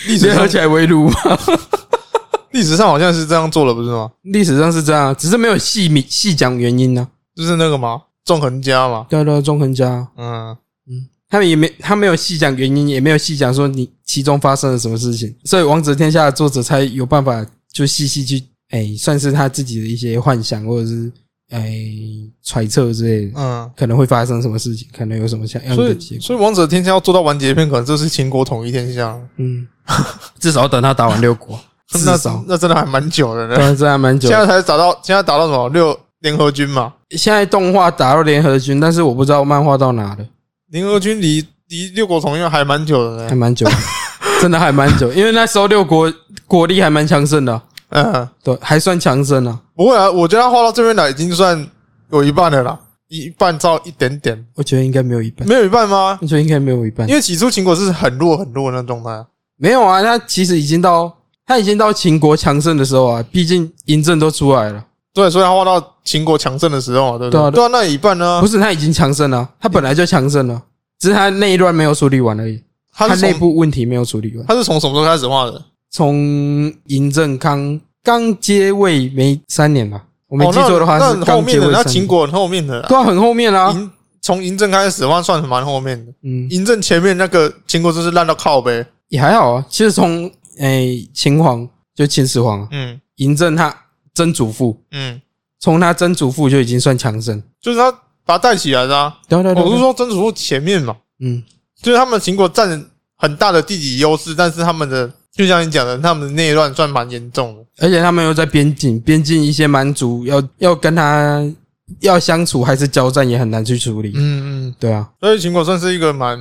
Speaker 2: 历史
Speaker 3: 联
Speaker 2: 上
Speaker 3: 合起来围炉嘛。
Speaker 2: 历史上好像是这样做的，不是吗？
Speaker 3: 历史上是这样啊，只是没有细明细讲原因呢、
Speaker 2: 就是那个嘛，纵横家嘛，
Speaker 3: 对啊对啊，纵横家
Speaker 2: 嗯
Speaker 3: 他们也没他没有细讲原因，也没有细讲说你其中发生了什么事情，所以《王者天下》的作者才有办法就细细去哎、算是他自己的一些幻想或者是哎、揣测之类的，
Speaker 2: 嗯，
Speaker 3: 可能会发生什么事情，可能有什么像样
Speaker 2: 所
Speaker 3: 的
Speaker 2: 以
Speaker 3: 结果。
Speaker 2: 所以王者天下要做到完结篇，可能就是秦国统一天下。
Speaker 3: 嗯，至少等他打完六国，至
Speaker 2: 那
Speaker 3: 少
Speaker 2: 那真的还蛮久的呢。
Speaker 3: 对，这还蛮久
Speaker 2: 现。在才打到现在打到什么六联合军嘛？
Speaker 3: 现在动画打到联合军，但是我不知道漫画到哪了，
Speaker 2: 联合军离离六国同院还蛮久的
Speaker 3: 还
Speaker 2: 呢。
Speaker 3: 蛮久的，真的还蛮久，因为那时候六国国力还蛮强盛的啊，
Speaker 2: 嗯，
Speaker 3: 对，还算强盛啊。
Speaker 2: 不会啊，我觉得他画到这边来已经算有一半了啦，一半照一点点，
Speaker 3: 我觉得应该没有一半，
Speaker 2: 没有一半吗？
Speaker 3: 我觉得应该没有一半
Speaker 2: 因，为起初秦国是很弱很弱的那状态啊，
Speaker 3: 没有啊，他其实已经到他已经到秦国强盛的时候啊，毕竟嬴政都出来了，
Speaker 2: 对，所以他画到秦国强盛的时候嘛，对不
Speaker 3: 对
Speaker 2: 对？
Speaker 3: 啊
Speaker 2: 对啊，那一半呢
Speaker 3: 不？是他已经强盛了，他本来就强盛了，只是他内乱没有处理完而已，
Speaker 2: 他
Speaker 3: 他
Speaker 2: 是
Speaker 3: 内
Speaker 2: 从
Speaker 3: 部问题没有处理完。
Speaker 2: 他是从什么时候开始画的？
Speaker 3: 从嬴政刚刚接位没三年吧，我没
Speaker 2: 哦，
Speaker 3: 记
Speaker 2: 那
Speaker 3: 错的话
Speaker 2: 那
Speaker 3: 是
Speaker 2: 很后
Speaker 3: 刚接
Speaker 2: 面的，
Speaker 3: 位
Speaker 2: 那
Speaker 3: 三
Speaker 2: 秦
Speaker 3: 年，
Speaker 2: 国很后面的啊，
Speaker 3: 对啊，很后面啊，
Speaker 2: 嬴从嬴政开始，哇，算蛮后面的。
Speaker 3: 嗯，
Speaker 2: 嬴政前面那个秦国真是烂到靠背，
Speaker 3: 也还好啊。其实从诶秦皇就秦始皇啊，
Speaker 2: 嗯
Speaker 3: 嬴政他曾祖父，
Speaker 2: 嗯，
Speaker 3: 从他曾祖父就已经算强盛，
Speaker 2: 就是他把他带起来的啊。
Speaker 3: 对啊对啊对啊，
Speaker 2: 我是说曾祖父前面嘛，
Speaker 3: 嗯，
Speaker 2: 就是他们秦国占很大的地理优势，但是他们的就像你讲的，他们的内乱算蛮严重的。
Speaker 3: 而且他们又在边境，边境一些蛮族要要跟他要相处还是交战也很难去处理，
Speaker 2: 嗯嗯，
Speaker 3: 对啊，
Speaker 2: 所以秦国算是一个蛮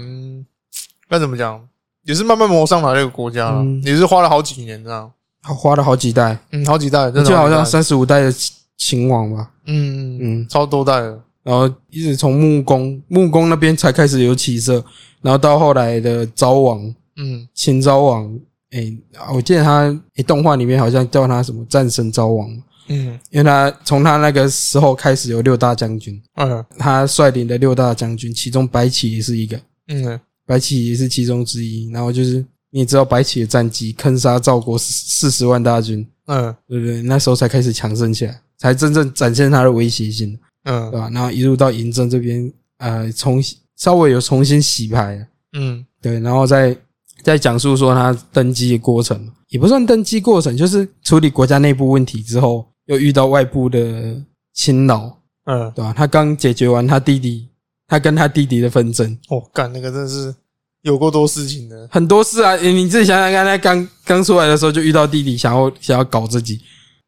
Speaker 2: 该怎么讲，也是慢慢磨上来的一个国家了
Speaker 3: 嗯，
Speaker 2: 也是花了好几年这样，
Speaker 3: 花了好几代，
Speaker 2: 嗯，好几代，真的
Speaker 3: 就好像
Speaker 2: 几代
Speaker 3: 三十五代的秦秦王吧，
Speaker 2: 嗯嗯
Speaker 3: 嗯
Speaker 2: 嗯，。超多代的。
Speaker 3: 然后一直从木工木工那边才开始有起色，然后到后来的昭王
Speaker 2: 嗯，
Speaker 3: 秦昭王，哎，我记得他诶动画里面好像叫他什么战神昭王，
Speaker 2: 嗯
Speaker 3: 因为他从他那个时候开始有六大将军，
Speaker 2: 嗯
Speaker 3: 他率领的六大将军，其中白起也是一个，
Speaker 2: 嗯，
Speaker 3: 白起也是其中之一。然后就是你知道白起的战绩，坑杀赵国四十万大军，
Speaker 2: 嗯
Speaker 3: 对不对？那时候才开始强盛起来，才真正展现他的威胁性。对
Speaker 2: 嗯
Speaker 3: 吧？然后一路到嬴政这边，呃，重新稍微有重新洗牌，
Speaker 2: 嗯
Speaker 3: 对，然后再再讲述说他登基的过程，也不算登基过程，就是处理国家内部问题之后，又遇到外部的侵扰，
Speaker 2: 嗯，
Speaker 3: 对吧？他刚解决完他弟弟，他跟他弟弟的纷争，
Speaker 2: 我哦干那个真是有够多事情的。
Speaker 3: 很多事啊，诶你自己想想看，他刚刚出来的时候就遇到弟弟想要想要搞自己，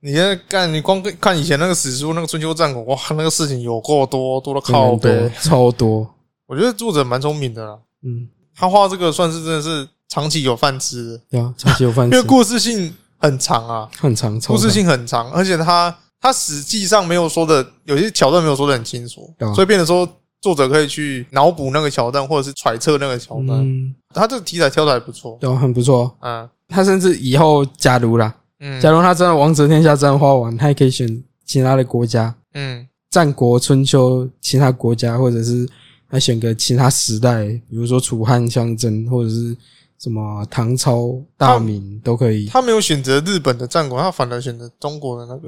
Speaker 2: 你现在干，你光看以前那个史书，那个春秋战国，哇，那个事情有够多，多的靠
Speaker 3: 真的很
Speaker 2: 背
Speaker 3: 多。超多，
Speaker 2: 我觉得作者蛮聪明的啦，
Speaker 3: 嗯，
Speaker 2: 他画这个算是真的是长期有饭吃的，
Speaker 3: 对啊，超 级有饭
Speaker 2: 因
Speaker 3: 吃
Speaker 2: 为，故事性很长啊，
Speaker 3: 很长，超
Speaker 2: 故事
Speaker 3: 长
Speaker 2: 性很长，而且他他实际上没有说的，有些桥段没有说的很清楚
Speaker 3: 对啊，
Speaker 2: 所以变得说作者可以去脑补那个桥段，或者是揣测那个桥段。
Speaker 3: 嗯，
Speaker 2: 他这个题材挑的还不错，
Speaker 3: 对啊，很不错。
Speaker 2: 嗯
Speaker 3: 他甚至以后，假如啦，
Speaker 2: 嗯
Speaker 3: 假如他真的王者天下真的花完，他也可以选其他的国家，
Speaker 2: 嗯
Speaker 3: 战国、春秋，其他国家，或者是他选个其他时代，比如说楚汉相争，或者是什么唐朝、大明都可以。
Speaker 2: 他没有选择日本的战国，他反而选择中国的那个。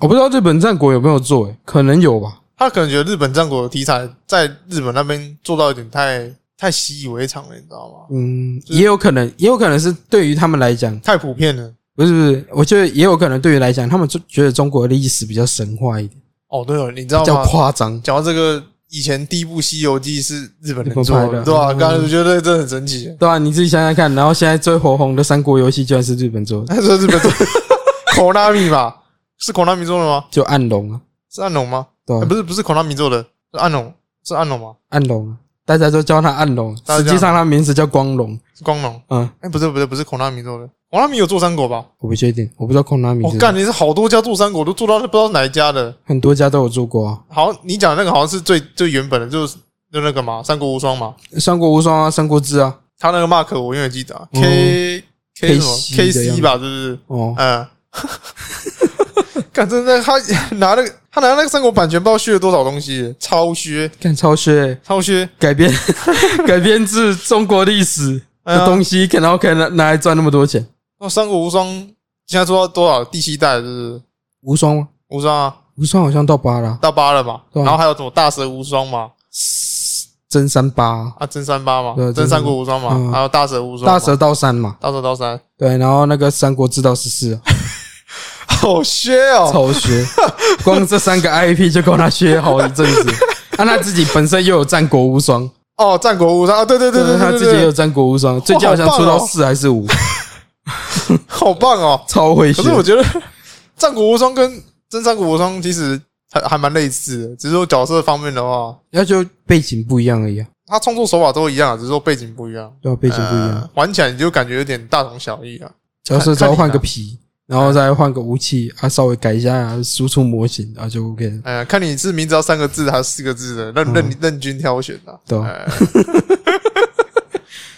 Speaker 3: 我不知道日本战国有没有做、欸，可能有吧。
Speaker 2: 他可能觉得日本战国的题材在日本那边做到有点太太习以为常了，你知道吗？
Speaker 3: 嗯，
Speaker 2: 就是
Speaker 3: 也有可能，也有可能是对于他们来讲，
Speaker 2: 太普遍了。
Speaker 3: 不是不是，我觉得也有可能对于来讲，他们就觉得中国的历史比较神话一点，
Speaker 2: 哦，对了，你知道
Speaker 3: 比较
Speaker 2: 吗？
Speaker 3: 夸张。
Speaker 2: 讲到这个，以前第一部《西游记》是日本
Speaker 3: 日
Speaker 2: 人
Speaker 3: 本
Speaker 2: 做
Speaker 3: 拍的
Speaker 2: 对吧？
Speaker 3: 嗯
Speaker 2: 刚才我觉得真的很神奇，
Speaker 3: 对啊，你自己想想看，然后现在最火红的三国游戏居然是日本做的，
Speaker 2: 他说日本做 Konami 吧？是 Konami 做的吗？
Speaker 3: 就暗龙啊，
Speaker 2: 是暗龙吗？
Speaker 3: 对啊
Speaker 2: 哎不是，不是 Konami 做的，是暗龙，是暗龙吗？
Speaker 3: 暗龙啊，大家都叫他暗龙，
Speaker 2: 大家
Speaker 3: 实际上他名字叫光龙。
Speaker 2: 是光龙？
Speaker 3: 嗯，
Speaker 2: 哎，不是，不是，不是 Konami 做的，Konami 有做三国吧？
Speaker 3: 我不确定，我不知道空哪名
Speaker 2: 我
Speaker 3: 字，
Speaker 2: 哦干，你是好多家做三国，都做到不知道哪一家的。
Speaker 3: 很多家都有做过啊，
Speaker 2: 好，你讲的那个好像是最最原本的，就是就那个嘛，《三国无双》嘛，
Speaker 3: 《三国无双》啊，《三国志》啊，
Speaker 2: 他那个 mark 我永远记得啊、
Speaker 3: 嗯
Speaker 2: K K 什么
Speaker 3: KC 的
Speaker 2: K
Speaker 3: 样
Speaker 2: C
Speaker 3: 子
Speaker 2: 吧，是不是？
Speaker 3: 哦，
Speaker 2: 嗯， 干真的，他拿那个他拿那个三国版权，不知道削了多少东西，超削
Speaker 3: 看超血
Speaker 2: 超削，
Speaker 3: 改 编改编自中国历史
Speaker 2: 哎呀
Speaker 3: 的东西，然后可以拿拿来赚那么多钱，
Speaker 2: 那哦三国无双现在做到多少？第七代是不是？
Speaker 3: 无双吗？
Speaker 2: 无双啊，
Speaker 3: 无双好像到八了啊，
Speaker 2: 到八了嘛，
Speaker 3: 对啊
Speaker 2: 然后还有什么大蛇无双嘛，
Speaker 3: 真三八啊，
Speaker 2: 啊，真三八嘛
Speaker 3: 对，
Speaker 2: 真三国无双
Speaker 3: 嗯
Speaker 2: 嘛，还有大蛇无双嘛，
Speaker 3: 大蛇到三嘛，
Speaker 2: 大蛇刀三，
Speaker 3: 对，然后那个《三国志》到十四啊，
Speaker 2: 好削哦，
Speaker 3: 超削，光这三个 IP 就够他削好一阵子。啊那、他自己本身又有战国无双，
Speaker 2: 哦，战国无双啊，对对对对对，
Speaker 3: 他
Speaker 2: 对
Speaker 3: 自己也
Speaker 2: 对
Speaker 3: 有战国无双，最近好像出到四还是五，
Speaker 2: 好棒哦！
Speaker 3: 超会
Speaker 2: 可
Speaker 3: 写
Speaker 2: 是。我觉得《战国无双》跟《真三国无双》其实还还蛮类似的，只是说角色方面的话，
Speaker 3: 那就背景不一样而已啊，
Speaker 2: 它创作手法都一样，只是说背景不一样。
Speaker 3: 对啊，背景不一样
Speaker 2: 呃，玩起来你就感觉有点大同小异啊。
Speaker 3: 角色
Speaker 2: 看
Speaker 3: 只要
Speaker 2: 看你啊
Speaker 3: 换个
Speaker 2: 啦
Speaker 3: 皮，然后再换个武器啊，稍微改一下输出模型啊，就 OK 了。
Speaker 2: 哎、呀，看你是名字要三个字还是四个字的，
Speaker 3: 嗯
Speaker 2: 任任任君挑选啦。
Speaker 3: 对啊
Speaker 2: 哎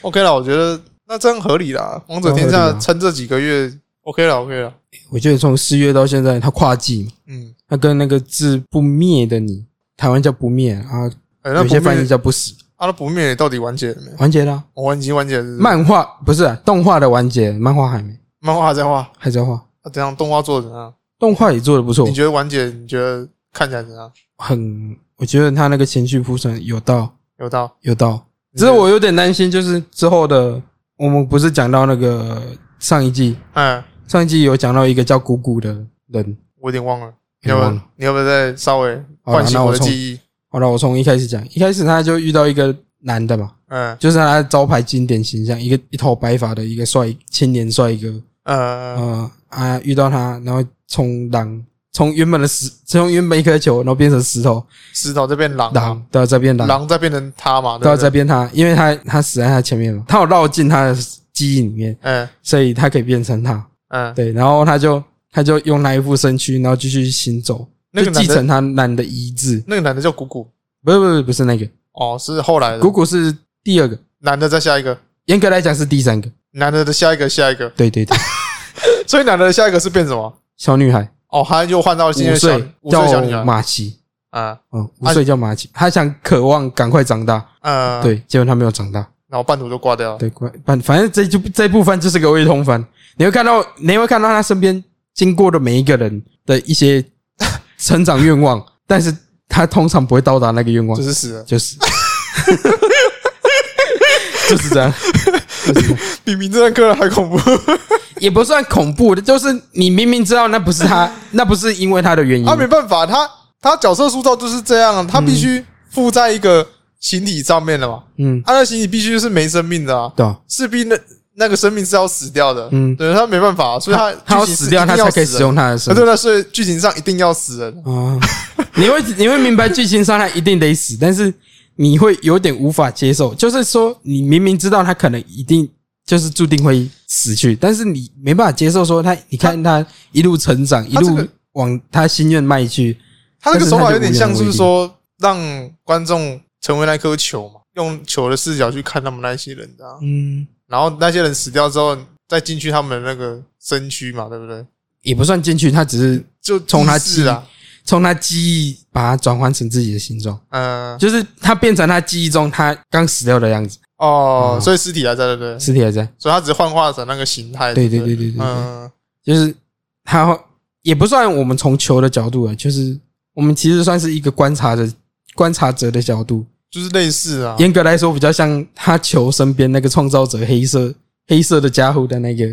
Speaker 2: OK 了，我觉得那这样合理啦。王者天
Speaker 3: 这样合
Speaker 2: 下
Speaker 3: 理啊
Speaker 2: 撑这几个月，OK 了，OK 了。
Speaker 3: 我觉得从四月到现在，它跨季嘛，
Speaker 2: 嗯，
Speaker 3: 它跟那个字不灭的你，台湾叫不灭啊，
Speaker 2: 哎、那
Speaker 3: 有
Speaker 2: 不
Speaker 3: 些翻译
Speaker 2: 灭，
Speaker 3: 叫不死，
Speaker 2: 阿拉不灭到底完结了没？
Speaker 3: 完结了啊。
Speaker 2: 我、哦、已经完结了是不是
Speaker 3: 漫画不是啊动画的完结，漫画还没，
Speaker 2: 漫画还啊在画，
Speaker 3: 还在画，
Speaker 2: 那、怎样动画做的怎样？
Speaker 3: 动画也做的不错
Speaker 2: 你，觉得完结？你觉得看起来怎样？
Speaker 3: 很，我觉得他那个情绪铺陈有到
Speaker 2: 有到？
Speaker 3: 有到，
Speaker 2: 你
Speaker 3: 只
Speaker 2: 觉
Speaker 3: 是
Speaker 2: 得
Speaker 3: 我有点担心，就是之后的我们不是讲到那个上一季，
Speaker 2: 哎，
Speaker 3: 上一季有讲到一个叫谷谷的人，
Speaker 2: 我有点啊忘了，你
Speaker 3: 有
Speaker 2: 要不
Speaker 3: 点忘
Speaker 2: 要
Speaker 3: 了
Speaker 2: 你要不要再稍微
Speaker 3: 好啦
Speaker 2: 唤醒
Speaker 3: 那我
Speaker 2: 的
Speaker 3: 重
Speaker 2: 记忆？
Speaker 3: 好了，我从一开始讲，一开始他就遇到一个男的嘛，
Speaker 2: 嗯
Speaker 3: 就是他的招牌经典形象，一个一头白发的一个帅青年帅哥，
Speaker 2: 呃，
Speaker 3: 呃啊，遇到他，然后冲浪，从原本的石，从原本一颗球，然后变成石头，
Speaker 2: 石头这边狼啊，
Speaker 3: 狼到这边狼，
Speaker 2: 狼再变成他嘛，对
Speaker 3: 到
Speaker 2: 不
Speaker 3: 这
Speaker 2: 对？
Speaker 3: 边他，因为他他死在他前面嘛，他有绕进他的记忆里面，
Speaker 2: 嗯
Speaker 3: 所以他可以变成他，
Speaker 2: 嗯，
Speaker 3: 对，然后他就他就用那一副身躯，然后继续行走，
Speaker 2: 那个
Speaker 3: 就
Speaker 2: 男
Speaker 3: 继
Speaker 2: 的
Speaker 3: 承他男的遗志，
Speaker 2: 那个男的叫谷谷，
Speaker 3: 不是不是不是那个，
Speaker 2: 哦，是后来的
Speaker 3: 姑姑是第二个，
Speaker 2: 男的再下一个，
Speaker 3: 严格来讲是第三个，
Speaker 2: 男的的下一个下一个，
Speaker 3: 对对对，
Speaker 2: 所以男的的下一个是变什么？
Speaker 3: 小女孩
Speaker 2: 哦，他又换到
Speaker 3: 五
Speaker 2: 新的小
Speaker 3: 岁
Speaker 2: 五岁小女
Speaker 3: 叫
Speaker 2: 孩
Speaker 3: 马奇，
Speaker 2: 啊，
Speaker 3: 嗯，五
Speaker 2: 啊
Speaker 3: 岁叫马奇，她想渴望赶快长大，
Speaker 2: 嗯，，
Speaker 3: 对，结果他没有长大。
Speaker 2: 然后半途就挂掉了，
Speaker 3: 对，关反反正这就这部分就是个未通番，你会看到你会看到他身边经过的每一个人的一些 成长愿望，但是他通常不会到达那个愿望
Speaker 2: 就，是死了，
Speaker 3: 就是就是这样，就是这样
Speaker 2: 比《名侦探柯南》还恐怖。
Speaker 3: 嗯 也不算恐怖的，就是你明明知道那不是他，那不是因为他的原因
Speaker 2: 啊他，没办法，他他角色塑造就是这样，啊他必须附在一个形体上面了嘛，啊
Speaker 3: 嗯，
Speaker 2: 他那形体必须是没生命的啊，
Speaker 3: 对啊，
Speaker 2: 势必那那个生命是要死掉的，
Speaker 3: 嗯
Speaker 2: 对他没办法，啊所以他
Speaker 3: 他要
Speaker 2: 剧情是
Speaker 3: 死掉，
Speaker 2: 一定
Speaker 3: 他
Speaker 2: 要
Speaker 3: 才可以
Speaker 2: 死
Speaker 3: 使
Speaker 2: 人
Speaker 3: 用他的身
Speaker 2: 啊，
Speaker 3: 体
Speaker 2: 对了，所以剧情上一定要死人，
Speaker 3: 啊。你会你会明白剧情上他一定得死，但是你会有点无法接受，就是说你明明知道他可能一定就是注定会死去，但是你没办法接受说他，你看他一路成长，一
Speaker 2: 他这个
Speaker 3: 路往他心愿迈去，
Speaker 2: 他那个手法有点像
Speaker 3: 但是他
Speaker 2: 是
Speaker 3: 就无能为力
Speaker 2: 说让观众成为那颗球嘛，用球的视角去看他们那些人的啊、
Speaker 3: 嗯，
Speaker 2: 然后那些人死掉之后再进去他们的那个身躯嘛，对不对？
Speaker 3: 也不算进去，他只是
Speaker 2: 就
Speaker 3: 从他
Speaker 2: 意识啊，
Speaker 3: 从他记忆把它转换成自己的形状。
Speaker 2: 嗯、
Speaker 3: 就是他变成他记忆中他刚死掉的样子，
Speaker 2: 哦，
Speaker 3: 嗯
Speaker 2: 所以尸体还在，对不对？
Speaker 3: 尸体还在。
Speaker 2: 所以他只是幻化成那个形态。
Speaker 3: 对
Speaker 2: 对
Speaker 3: 对
Speaker 2: 不
Speaker 3: 对对对对
Speaker 2: 嗯，
Speaker 3: 就是他会也不算我们从球的角度啊，就是我们其实算是一个观察者观察者的角度。
Speaker 2: 就是类似啊。
Speaker 3: 严格来说，比较像他球身边那个创造者黑色黑色的家伙的那个。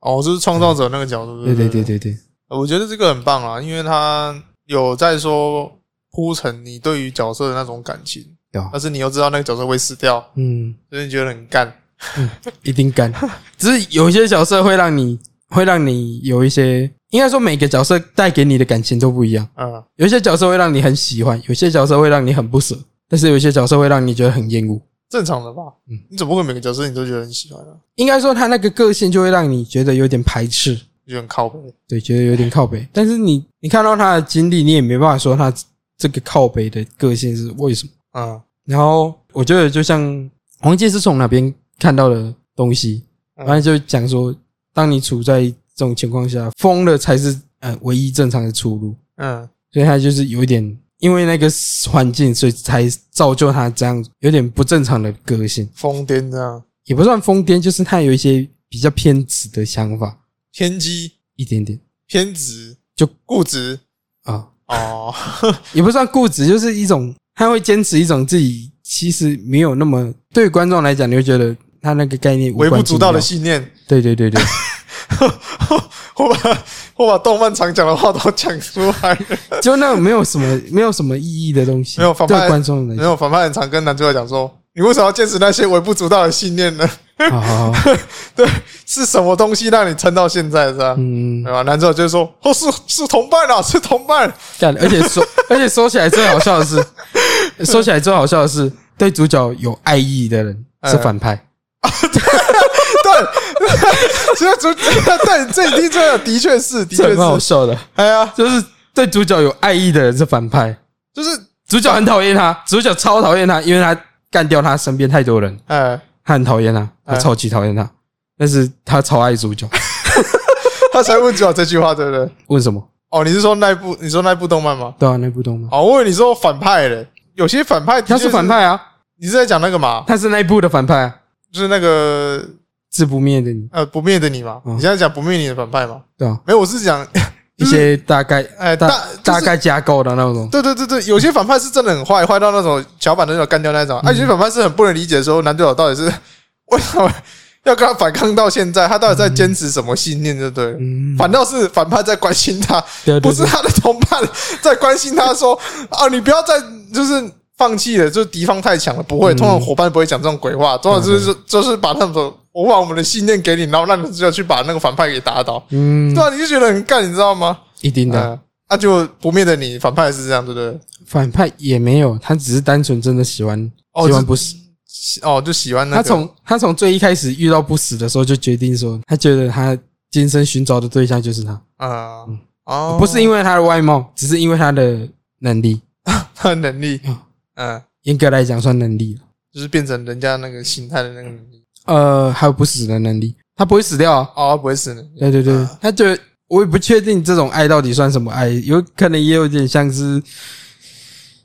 Speaker 2: 哦，就是创造者那个角度。
Speaker 3: 对对
Speaker 2: 对对，
Speaker 3: 对对对，
Speaker 2: 我觉得这个很棒啊，因为他有在说铺陈你对于角色的那种感情，
Speaker 3: 对啊
Speaker 2: 但是你又知道那个角色会死掉，
Speaker 3: 嗯，
Speaker 2: 所以你觉得很干。
Speaker 3: 一定干。只是有一些角色会让你会让你有一些，应该说每个角色带给你的感情都不一样。
Speaker 2: 嗯，
Speaker 3: 有一些角色会让你很喜欢，有些角色会让你很不舍，但是有一些角色会让你觉得很厌恶。
Speaker 2: 正常的吧？
Speaker 3: 嗯
Speaker 2: 你怎么会每个角色你都觉得很喜欢啊？
Speaker 3: 应该说他那个个性就会让你觉得有点排斥，
Speaker 2: 你觉得很靠背？
Speaker 3: 对，觉得有点靠北。但是你你看到他的经历，你也没办法说他这个靠北的个性是为什么。
Speaker 2: 嗯，
Speaker 3: 然后我觉得就像黄介是从哪边看到的东西，
Speaker 2: 嗯
Speaker 3: 反正就讲说，当你处在这种情况下，疯了才是呃唯一正常的出路。
Speaker 2: 嗯，
Speaker 3: 所以他就是有一点因为那个环境，所以才造就他这样有点不正常的个性，
Speaker 2: 疯癫这样，
Speaker 3: 也不算疯癫，就是他有一些比较偏执的想法，
Speaker 2: 偏激、
Speaker 3: 一点点
Speaker 2: 偏执
Speaker 3: 就
Speaker 2: 固执
Speaker 3: 啊，
Speaker 2: 哦，
Speaker 3: 也不算固执，就是一种他会坚持一种自己其实没有那么对于观众来讲，你会觉得他那个概念无
Speaker 2: 微
Speaker 3: 关
Speaker 2: 不足道的
Speaker 3: 紧
Speaker 2: 信念。
Speaker 3: 要，对对对对，
Speaker 2: 我把我把动漫常讲的话都讲出来 了。
Speaker 3: 就那种没有什么没有什么意义的东西，
Speaker 2: 没有反
Speaker 3: 对
Speaker 2: 派
Speaker 3: 观众来
Speaker 2: 然
Speaker 3: 讲，
Speaker 2: 后反派很常跟男主角讲说：“你为什么要坚持那些微不足道的信念呢？
Speaker 3: 好好，好
Speaker 2: 是什么东西让你撑到现在是吧？
Speaker 3: 嗯
Speaker 2: 对，吧？男主角就是说，哦，是是同伴啊， 是同伴。
Speaker 3: 干，而且说，而且说起来最好笑的是，说起来最好笑的是，对主角有爱意的人
Speaker 2: 哎
Speaker 3: 是反派，
Speaker 2: 对，所以主 对这一定真的的确是，的
Speaker 3: 这
Speaker 2: 确
Speaker 3: 很好
Speaker 2: 是，
Speaker 3: 笑的，
Speaker 2: 哎呀，
Speaker 3: 就是对主角有爱意的人是反派，
Speaker 2: 就是
Speaker 3: 主角很讨厌他，主角超讨厌他，因为他干掉他身边太多人，
Speaker 2: 哎，
Speaker 3: 他很讨厌他，他
Speaker 2: 哎
Speaker 3: 超级讨厌他，但是他超爱主角，
Speaker 2: 他才问主角这句话，对不对？
Speaker 3: 为什么？
Speaker 2: 哦，你是说那一部？你说那一部动漫吗？
Speaker 3: 对啊，那部动漫，
Speaker 2: 哦，我以为你说反派嘞，有些反派的确
Speaker 3: 他是反，派啊，
Speaker 2: 你是在讲那个嘛？
Speaker 3: 他是那一部的反派、啊，
Speaker 2: 就是那个
Speaker 3: 治不灭的你，
Speaker 2: 呃不灭的你嘛？
Speaker 3: 嗯
Speaker 2: 你现在讲不灭你的反派嘛？
Speaker 3: 对啊，
Speaker 2: 没有，我是讲，
Speaker 3: 一些大概
Speaker 2: 哎，
Speaker 3: 大
Speaker 2: 大
Speaker 3: 大。
Speaker 2: 就是
Speaker 3: 概架构的那种，
Speaker 2: 对对对对，有些反派是真的很坏，坏到那种脚板都要干掉那种。啊，
Speaker 3: 嗯
Speaker 2: 有些反派是很不能理解，说男主角到底是为什么要跟他反抗到现在，他到底在坚持什么信念，对不对了？
Speaker 3: 嗯，
Speaker 2: 反倒是反派在关心他，
Speaker 3: 对
Speaker 2: 不是
Speaker 3: 对
Speaker 2: 他的同伴在关心他说啊，你不要再就是放弃了，就是敌方太强了，不会，
Speaker 3: 嗯
Speaker 2: 通常伙伴不会讲这种鬼话，通常就是就是把他们说，我把我们的信念给你，然后让你就去把那个反派给打倒，
Speaker 3: 嗯
Speaker 2: 对，啊，你就觉得很干，你知道吗？
Speaker 3: 一定的。
Speaker 2: 嗯，啊，就不灭的你，反派是这样，对不对？
Speaker 3: 反派也没有，他只是单纯真的喜欢，
Speaker 2: 哦
Speaker 3: 喜欢
Speaker 2: 就
Speaker 3: 不死。
Speaker 2: 喜哦，就喜欢那
Speaker 3: 他
Speaker 2: 个，
Speaker 3: 从他从最一开始遇到不死的时候就决定说，他觉得他今生寻找的对象就是他，
Speaker 2: 嗯哦，
Speaker 3: 不是因为他的外貌，只是因为他的能力。
Speaker 2: 他的能力
Speaker 3: 嗯，
Speaker 2: 嗯，
Speaker 3: 严格来讲算能力了，
Speaker 2: 就是变成人家那个形态的那个能力，
Speaker 3: 呃，还有不死的能力，他不会死掉啊。
Speaker 2: 哦，他不会死的，
Speaker 3: 对对对
Speaker 2: 啊，
Speaker 3: 他觉得我也不确定这种爱到底算什么爱，有可能也有点像是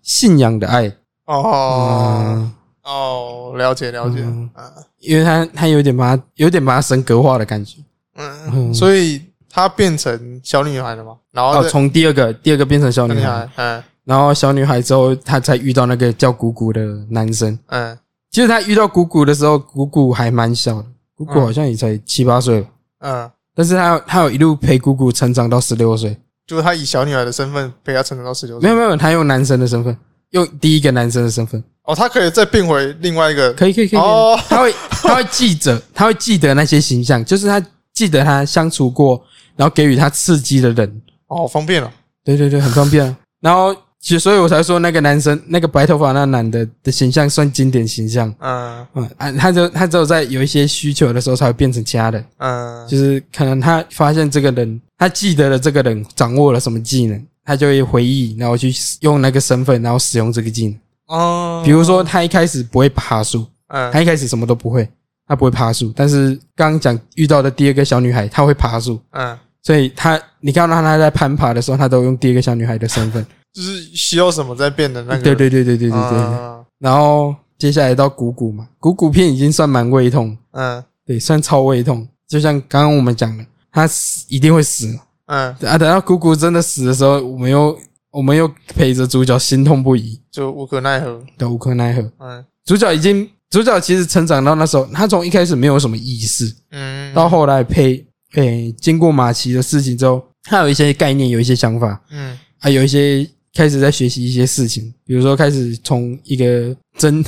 Speaker 3: 信仰的爱。
Speaker 2: 哦
Speaker 3: 嗯，
Speaker 2: 哦，了解了解，
Speaker 3: 嗯
Speaker 2: 嗯
Speaker 3: 因为他他有点把他有点把他神格化的感觉。嗯
Speaker 2: 嗯，所以她变成小女孩了嘛，然后
Speaker 3: 哦，
Speaker 2: 再
Speaker 3: 从第二个第二个变成小
Speaker 2: 小
Speaker 3: 女
Speaker 2: 女
Speaker 3: 孩
Speaker 2: 孩，，嗯
Speaker 3: 然后小女孩之后，她才遇到那个叫姑姑的男生。
Speaker 2: 嗯
Speaker 3: 其实她遇到姑姑的时候，姑姑还蛮小的，姑姑
Speaker 2: 嗯
Speaker 3: 好像也才七八岁吧。
Speaker 2: 嗯，
Speaker 3: 但是她她有一路陪姑姑成长到十六岁，
Speaker 2: 就是她以小女孩的身份陪她成长到十九
Speaker 3: 没
Speaker 2: 岁
Speaker 3: 有，没有，她用男生的身份，用第一个男生的身份，
Speaker 2: 哦，她可以再变回另外一个，
Speaker 3: 可以可以可以，
Speaker 2: 哦
Speaker 3: 她会她会记着，她会记得那些形象，就是她记得她相处过，然后给予她刺激的人，
Speaker 2: 哦，方便了，
Speaker 3: 对对对，很方便啊。然后其实所以我才说那个男生那个白头发那男的的形象算经典形象。
Speaker 2: 嗯
Speaker 3: 嗯，啊，他就他只有在有一些需求的时候才会变成其他人，
Speaker 2: 嗯，
Speaker 3: 就是可能他发现这个人，他记得了这个人掌握了什么技能，他就会回忆，然后去用那个身份，然后使用这个技能。
Speaker 2: 哦，
Speaker 3: 比如说，他一开始不会爬树，
Speaker 2: 嗯
Speaker 3: 他一开始什么都不会，他不会爬树，但是刚刚讲遇到的第二个小女孩，她会爬树，
Speaker 2: 嗯，
Speaker 3: 所以他你看到他在攀爬的时候，他都用第一个小女孩的身份。
Speaker 2: 就是需要什么再变的那个，
Speaker 3: 对对对对对对对。
Speaker 2: 嗯
Speaker 3: 然后接下来到谷谷嘛，谷谷片已经算蛮胃痛。
Speaker 2: 嗯
Speaker 3: 对，算超胃痛。就像刚刚我们讲的，他死一定会死
Speaker 2: 嗯，
Speaker 3: 啊！等到姑姑真的死的时候，我们又我们又陪着主角心痛不已
Speaker 2: 就无可奈何，
Speaker 3: 的无可奈何。
Speaker 2: 嗯
Speaker 3: 主角已经，主角其实成长到那时候，他从一开始没有什么意识，
Speaker 2: 嗯，
Speaker 3: 到后来陪诶、经过马奇的事情之后，他有一些概念，有一些想法，
Speaker 2: 嗯
Speaker 3: 还有一些开始在学习一些事情，比如说开始从一个真，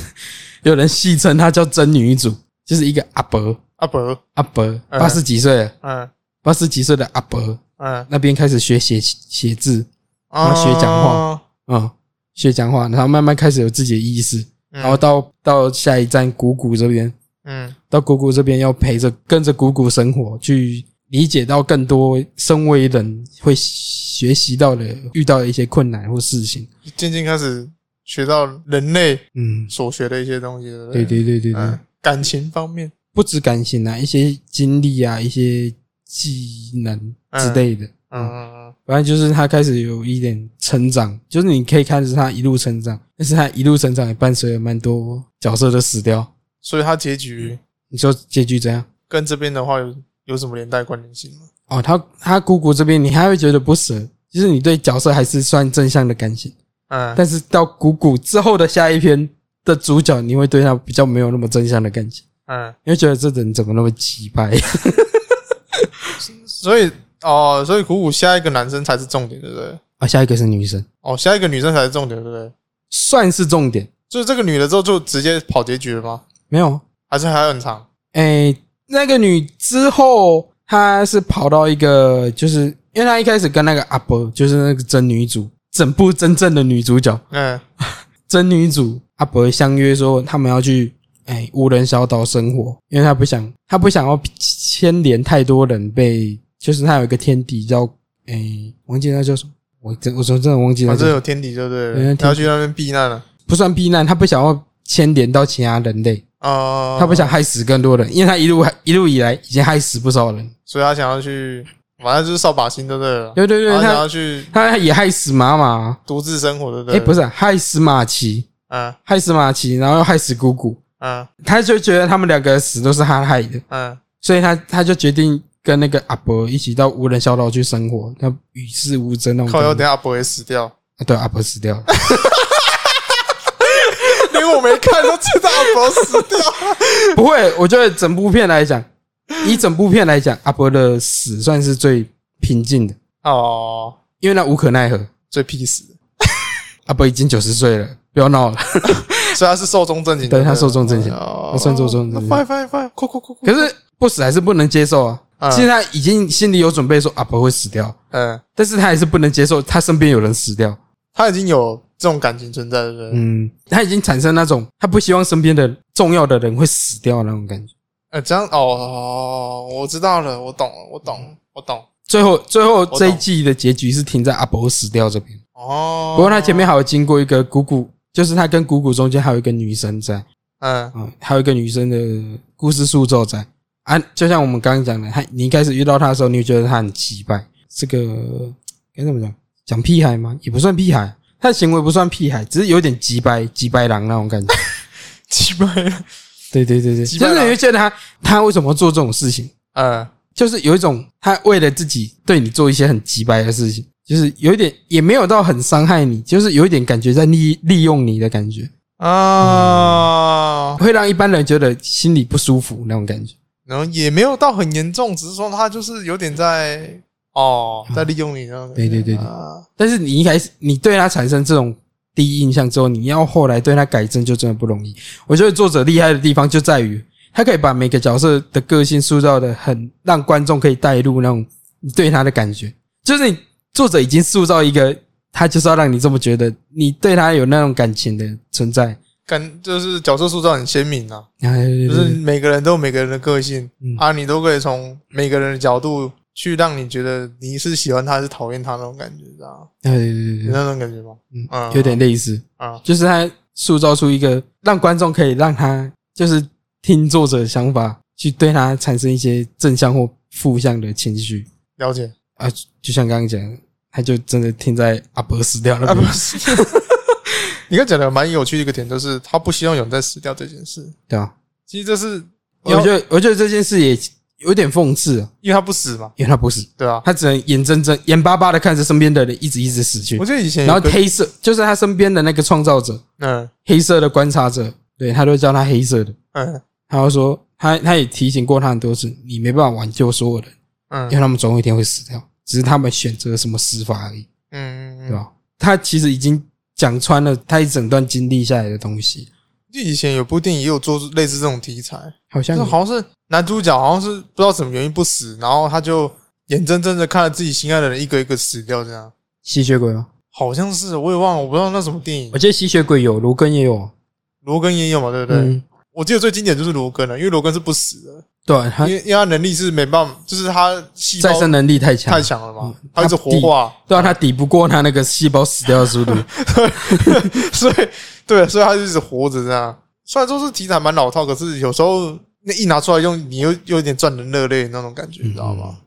Speaker 3: 有人戏称他叫真女主，就是一个阿伯
Speaker 2: 阿伯，
Speaker 3: 阿伯八十几岁了。
Speaker 2: 嗯
Speaker 3: 八十几岁的阿伯
Speaker 2: 嗯，
Speaker 3: 那边开始学写写字，
Speaker 2: 然
Speaker 3: 后学讲
Speaker 2: 哦
Speaker 3: 话，嗯，学讲话，然后慢慢开始有自己的意识，然
Speaker 2: 然
Speaker 3: 后到到下一站姑姑这边，
Speaker 2: 嗯
Speaker 3: 到姑姑这边要陪着跟着姑姑生活，去理解到更多身为人会学习到的遇到的一些困难或事情，
Speaker 2: 渐渐开始学到人类
Speaker 3: 嗯，
Speaker 2: 所学的一些东西，对不
Speaker 3: 对对对对对
Speaker 2: 嗯，，感情方面，
Speaker 3: 不止感情啊，一些经历啊，一些技能之类的，嗯
Speaker 2: 嗯
Speaker 3: 反正就是他开始有一点成长，就是你可以看着他一路成长，但是他一路成长也伴随了蛮多角色的死掉。
Speaker 2: 所以它结局
Speaker 3: 你说结局怎样？
Speaker 2: 跟这边的话有有什么连带关联性吗？
Speaker 3: 哦，他他姑姑这边你还会觉得不舍，就是你对角色还是算正向的感情，
Speaker 2: 嗯，
Speaker 3: 但是到姑姑之后的下一篇的主角，你会对他比较没有那么正向的感情，
Speaker 2: 嗯，
Speaker 3: 你会觉得这人怎么那么奇 葩？
Speaker 2: 所以哦，所以鼓舞下一个男生才是重点，对不对？
Speaker 3: 啊，下一个是女生，
Speaker 2: 哦，下一个女生才是重点，对不对？
Speaker 3: 算是重点，
Speaker 2: 就是这个女的之后就直接跑结局了吗？
Speaker 3: 没有，
Speaker 2: 还是还有很长？
Speaker 3: 诶、那个女之后，她是跑到一个，就是因为她一开始跟那个阿伯，就是那个真女主，整部真正的女主角，
Speaker 2: 嗯，
Speaker 3: 真女主阿伯相约说他们要去哎、无人小岛生活，因为她不想她不想要牵连太多人被，就是她有一个天敌叫哎、忘记那叫什么，我真我真真的忘记那
Speaker 2: 反
Speaker 3: 叫
Speaker 2: 正
Speaker 3: 什么，
Speaker 2: 啊有天敌就对
Speaker 3: 嗯
Speaker 2: 了，他要去那边避难了。
Speaker 3: 不算避难，她不想要牵连到其他人类，
Speaker 2: 哦，
Speaker 3: 她不想害死更多人，因为她一路一路以来已经害死不少人。
Speaker 2: 所以他想要去，反正就是扫把星，对不对啊了？
Speaker 3: 对对对，
Speaker 2: 他想
Speaker 3: 他
Speaker 2: 要去
Speaker 3: 他也害死妈妈，
Speaker 2: 独自生活，对不
Speaker 3: 哎，
Speaker 2: 对？
Speaker 3: 不
Speaker 2: 是，
Speaker 3: 是啊害死马奇，
Speaker 2: 嗯
Speaker 3: 害死马奇，然后又害死姑姑，
Speaker 2: 嗯
Speaker 3: 他就觉得他们两个死都是他害的，
Speaker 2: 嗯，
Speaker 3: 所以他他就决定跟那个阿伯一起到无人小岛去生活，他与世无争那种
Speaker 2: 靠
Speaker 3: 感
Speaker 2: 腰，
Speaker 3: 觉。
Speaker 2: 等一下不会死掉，
Speaker 3: 啊对，阿伯死掉了，
Speaker 2: 连我没看都知道阿伯死掉了。
Speaker 3: 不会，我觉得整部片来讲，以整部片来讲，阿伯的死算是最平静的，
Speaker 2: 哦，
Speaker 3: 因为那无可奈何，
Speaker 2: 最屁死，
Speaker 3: 阿伯已经九十岁了，不 要闹了。
Speaker 2: 所以他是寿终正寝的，
Speaker 3: 对他寿终正寝
Speaker 2: 哦
Speaker 3: 他算寿终正寝
Speaker 2: 快快快，快快快！
Speaker 3: 可是不死还是不能接受
Speaker 2: 嗯
Speaker 3: 啊。其实他已经心里有准备，说阿伯会死掉，
Speaker 2: 嗯，
Speaker 3: 但是他还是不能接受他身边有人死掉。
Speaker 2: 他已经有这种感情存在，对不对？
Speaker 3: 嗯，他已经产生那种他不希望身边的重要的人会死掉的那种感觉。
Speaker 2: 呃，这样哦哦，我知道了，我懂了，我懂了，我懂。
Speaker 3: 最后，最后
Speaker 2: 懂
Speaker 3: 这一季的结局是停在阿伯死掉这边。
Speaker 2: 哦，
Speaker 3: 不过他前面还有经过一个姑姑，就是他跟姑姑中间还有一个女生在，
Speaker 2: 嗯
Speaker 3: 嗯，还有一个女生的故事塑造在。啊，就像我们刚刚讲的，他你一开始遇到他的时候，你会觉得他很奇怪，这个该怎么讲？讲屁孩吗？也不算屁孩，他的行为不算屁孩，只是有点急白急白狼那 种感觉。
Speaker 2: 击败了，
Speaker 3: 对对对对，
Speaker 2: 急
Speaker 3: 就
Speaker 2: 白
Speaker 3: 是
Speaker 2: 狼
Speaker 3: 你会觉得他他为什么做这种事情？
Speaker 2: 嗯
Speaker 3: 就是有一种他为了自己对你做一些很急白的事情，就是有一点也没有到很伤害你，就是有一点感觉在利利用你的感觉，
Speaker 2: 啊，
Speaker 3: 会让一般人觉得心里不舒服那种感觉。
Speaker 2: 然后也没有到很严重，只是说他就是有点在哦，在利用你那种。
Speaker 3: 对对对对
Speaker 2: 啊
Speaker 3: 但是你一开始你对他产生这种第一印象之后，你要后来对他改正就真的不容易。我觉得作者厉害的地方就在于，他可以把每个角色的个性塑造的很让观众可以带入那种你对他的感觉，就是你作者已经塑造一个他就是要让你这么觉得，你对他有那种感情的存在。
Speaker 2: 感就是角色塑造很鲜明啊，
Speaker 3: 哎
Speaker 2: 就是每个人都有每个人的个性
Speaker 3: 嗯
Speaker 2: 啊，你都可以从每个人的角度去让你觉得你是喜欢他还是讨厌他那种感觉，知道吗？
Speaker 3: 哎对对
Speaker 2: 有
Speaker 3: 对对，
Speaker 2: 那种感觉吗？
Speaker 3: 嗯
Speaker 2: 嗯，
Speaker 3: 有点类似，
Speaker 2: 啊，
Speaker 3: 就是他塑造出一个让观众可以让他就是听作者的想法，去对他产生一些正向或负向的情绪
Speaker 2: 了解。
Speaker 3: 啊。就像刚刚讲的，他就真的听在阿伯死掉了
Speaker 2: 啊，，不是。 你刚讲的蛮有趣的一个点，就是他不希望有人再死掉这件事。
Speaker 3: 对吧？
Speaker 2: 其实这是，
Speaker 3: 我觉得我觉得这件事也有点讽刺啊，
Speaker 2: 因为他不死嘛，
Speaker 3: 因为他不死，
Speaker 2: 对吧、啊？
Speaker 3: 他只能眼睁睁、眼巴巴的看着身边的人一直一直死去
Speaker 2: 我，记得以前
Speaker 3: 然
Speaker 2: 有
Speaker 3: 后
Speaker 2: 个，
Speaker 3: 黑色就是他身边的那个创造者，
Speaker 2: 嗯
Speaker 3: 黑色的观察者，对他都叫他黑色的。
Speaker 2: 嗯
Speaker 3: 他就说他他也提醒过他很多次，你没办法挽救所有人，因
Speaker 2: 嗯
Speaker 3: 为他们总有一天会死掉，只是他们选择什么死法而已，
Speaker 2: 嗯，
Speaker 3: 对？啊吧？他其实已经讲穿了他一整段经历下来的东西，
Speaker 2: 就以前有部电影也有做类似这种题材，
Speaker 3: 好
Speaker 2: 就
Speaker 3: 像
Speaker 2: 是好像是男主角好像是不知道什么原因不死，然后他就眼睁睁的看着自己心爱的人一个一个死掉，这样
Speaker 3: 吸血鬼吗？
Speaker 2: 好像是我也忘了，我不知道那什么电影
Speaker 3: 我，记得吸血鬼有，罗根也有，
Speaker 2: 罗根也有嘛，对不对？
Speaker 3: 嗯，
Speaker 2: 我记得最经典就是罗根了，因为罗根是不死的，
Speaker 3: 对，啊他
Speaker 2: 因为因为他能力是没办法，就是他细胞
Speaker 3: 再生能力太强
Speaker 2: 太，强了嘛
Speaker 3: 嗯，
Speaker 2: 他一直活化，
Speaker 3: 对啊，他抵不过他那个细胞死掉的速度，
Speaker 2: 所以对，所以他就一直活着这样。虽然说是题材蛮老套，可是有时候那一拿出来用，你又又有点赚人热泪那种感觉，
Speaker 3: 嗯
Speaker 2: 你知道吗？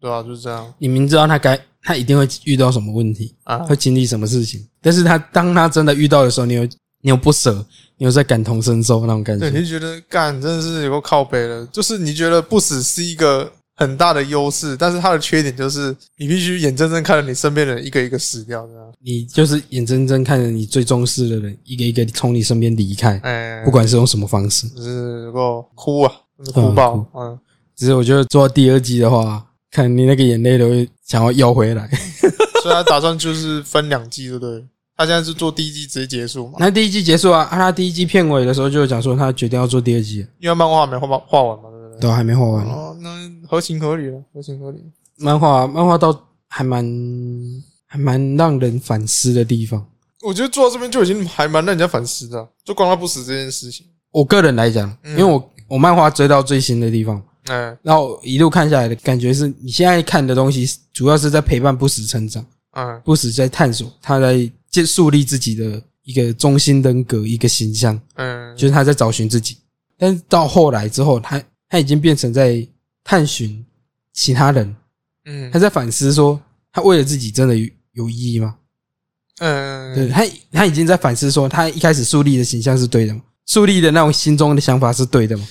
Speaker 2: 对啊，就是这样
Speaker 3: 你明知道他该他一定会遇到什么问题，
Speaker 2: 啊。
Speaker 3: 会经历什么事情，但是他当他真的遇到的时候，你有你有不舍，你有在感同身受那种感
Speaker 2: 对，
Speaker 3: 觉
Speaker 2: 你。就觉得干真的是有个靠背了，就是你觉得不死是一个很大的优势，但是它的缺点就是你必须眼睁睁看着你身边的人一个一个死掉，这样。
Speaker 3: 你就是眼睁睁看着你最重视的人一个一个从你身边离开，
Speaker 2: 哎、
Speaker 3: 不管是用什么方式。
Speaker 2: 就是够哭啊，就是哭爆，嗯，
Speaker 3: 只是我觉得做到第二季的话，看你那个眼泪都会想要要回来。
Speaker 2: 所以他打算就是分两季，对不对？他现在是做第一季直接结束嘛，
Speaker 3: 那第一季结束啊，啊他第一季片尾的时候就讲说他决定要做第二季，
Speaker 2: 因为漫画没画完画完嘛，对不对？
Speaker 3: 都还没画完。
Speaker 2: 哦，那合情合理了，合情合理。
Speaker 3: 漫画啊漫画到还蛮还蛮让人反思的地方。
Speaker 2: 我觉得做到这边就已经还蛮让人家反思的，啊就光他不死这件事情。
Speaker 3: 我个人来讲，因为我我漫画追到最新的地方，
Speaker 2: 哎
Speaker 3: 然后一路看下来的感觉是，你现在看的东西主要是在陪伴不死成长，
Speaker 2: 哎
Speaker 3: 不死在探索，他在建树立自己的一个中心人格，一个形象，
Speaker 2: 嗯，
Speaker 3: 就是他在找寻自己。但是到后来之后，他他已经变成在探寻其他人，
Speaker 2: 嗯
Speaker 3: 他在反思说，他为了自己真的有有意义吗？对
Speaker 2: 嗯，
Speaker 3: 他，他已经在反思说，他一开始树立的形象是对的吗？树立的那种心中的想法是对的吗？